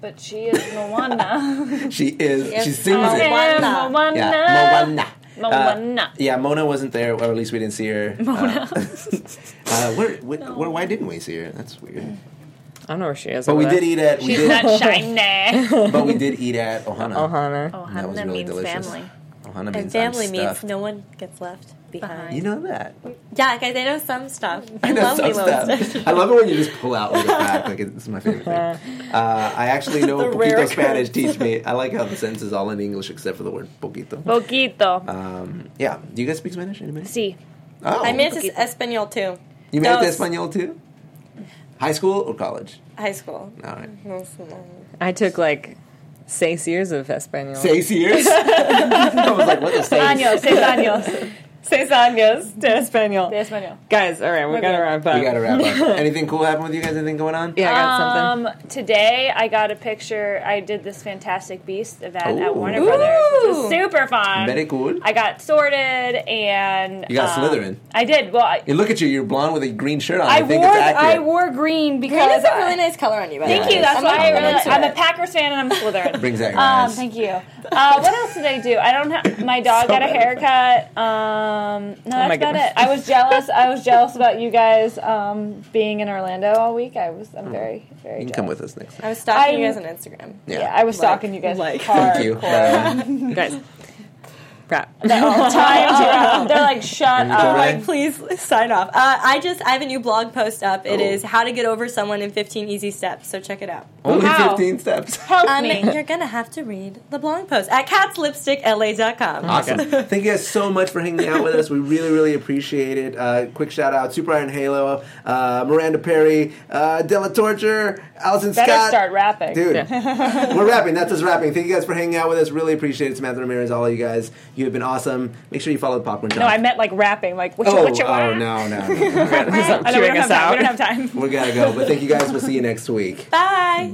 C: But she is Moana.
A: She is. she sings
D: Oh,
A: it.
C: Yeah,
E: Moana.
C: Moana.
A: Yeah, Moana.
C: Moana.
A: Uh, yeah, Mona wasn't there, or at least we didn't see her. Mona. Uh, uh, where, where, where, why didn't we see her? That's weird.
D: I don't know where she is. uh,
A: But
D: over
A: we
D: there.
A: did eat at. We
C: She's
A: did,
C: not shiny.
A: but we did eat at Ohana.
D: Ohana.
A: And that was really delicious. Ohana means
E: And family
A: I'm
E: means
A: stuffed.
E: no one gets left behind.
A: You know that.
E: Yeah, guys, I know some stuff. I,
A: I know
E: love
A: some
E: Lilo and Stitch.
A: stuff. I love it when you just pull out like a fact. Like this is my favorite thing. Uh, I actually know what poquito Spanish teach me. I like how the sentence is all in English except for the word poquito.
C: Poquito.
A: Um, yeah. Do you guys speak Spanish? Anybody?
C: See,
A: Oh,
E: I meant es- Espanol too.
A: you made it to
E: Dos.
A: Espanol too. High school or college?
E: High school.
A: All right.
D: I took like six years of Espanol.
A: Seis years. I was like, what the seis?
C: años, seis años.
D: Seis años de Espanol.
C: De español.
D: Guys, all right, we gotta
C: good.
D: wrap up.
A: We gotta wrap up. Anything cool happen with you guys? Anything going on?
D: Yeah, I got something.
C: Um, today I got a picture. I did this Fantastic Beast event
A: Ooh.
C: at Warner Brothers, which was super fun.
A: Very cool.
C: I got sorted and
A: You got
C: um,
A: Slytherin.
C: I did. Well, I,
A: You look at you. You're blonde with a green shirt on. I,
C: I
A: think
C: wore
A: it's accurate.
C: I wore green
E: Green
C: because
E: is a
C: I-
E: really nice color on you, by
C: Thank
E: the way.
C: you. That's
E: I'm
C: why I
E: not-
C: really.
E: into
C: I'm a
E: it.
C: Packers fan and I'm Slytherin.
A: Brings out your
C: Um,
A: eyes.
C: thank you. Uh, what else did I do? I don't have my dog
A: So Oh
C: got a
A: many.
C: haircut. Um, Um, no, that's
D: my
C: about
D: goodness.
C: it. I was jealous. I was jealous about you guys um, being in Orlando all week. I was. I'm very, very.
A: Hmm. You can
C: jealous.
A: come with us next time.
E: I was stalking
C: I'm-
E: you guys on Instagram.
A: Yeah.
C: Yeah, I was
E: Like-
C: stalking you guys
E: like-
C: hard.
A: Thank you. Um,
D: You guys. Crap.
C: Time to- They're like, shut
A: go
C: up.
A: right-
E: Like, oh, please sign off. Uh, I just I have a new blog post up. It is how to get over someone in 15 easy steps. So check it out.
A: only
C: Wow.
A: 15 steps.
C: Help
E: Um,
C: me.
E: you're gonna have to read the blog post at catslipstickla.com.
A: Awesome. Thank you guys so much for hanging out with us. We really, really appreciate it. Uh, quick shout out Super Iron Halo, uh, Miranda Perry, uh, Della Torture, Allison
C: Better
A: Scott.
C: start rapping.
A: Dude, we're wrapping. That's us wrapping. Thank you guys for hanging out with us. Really appreciate it. Samantha Ramirez, all of you guys. You have been awesome. Make sure you follow Popcorn Talk.
C: No, I meant like rapping. Like, whatcha,
A: Oh,
C: whatcha,
A: oh,
C: wah?
A: no, no, no.
C: I know, we don't
D: Chewing
C: have time.
D: us
C: We
D: out.
C: don't have time.
A: We're going to go. But thank you guys. We'll see you next week.
E: Bye.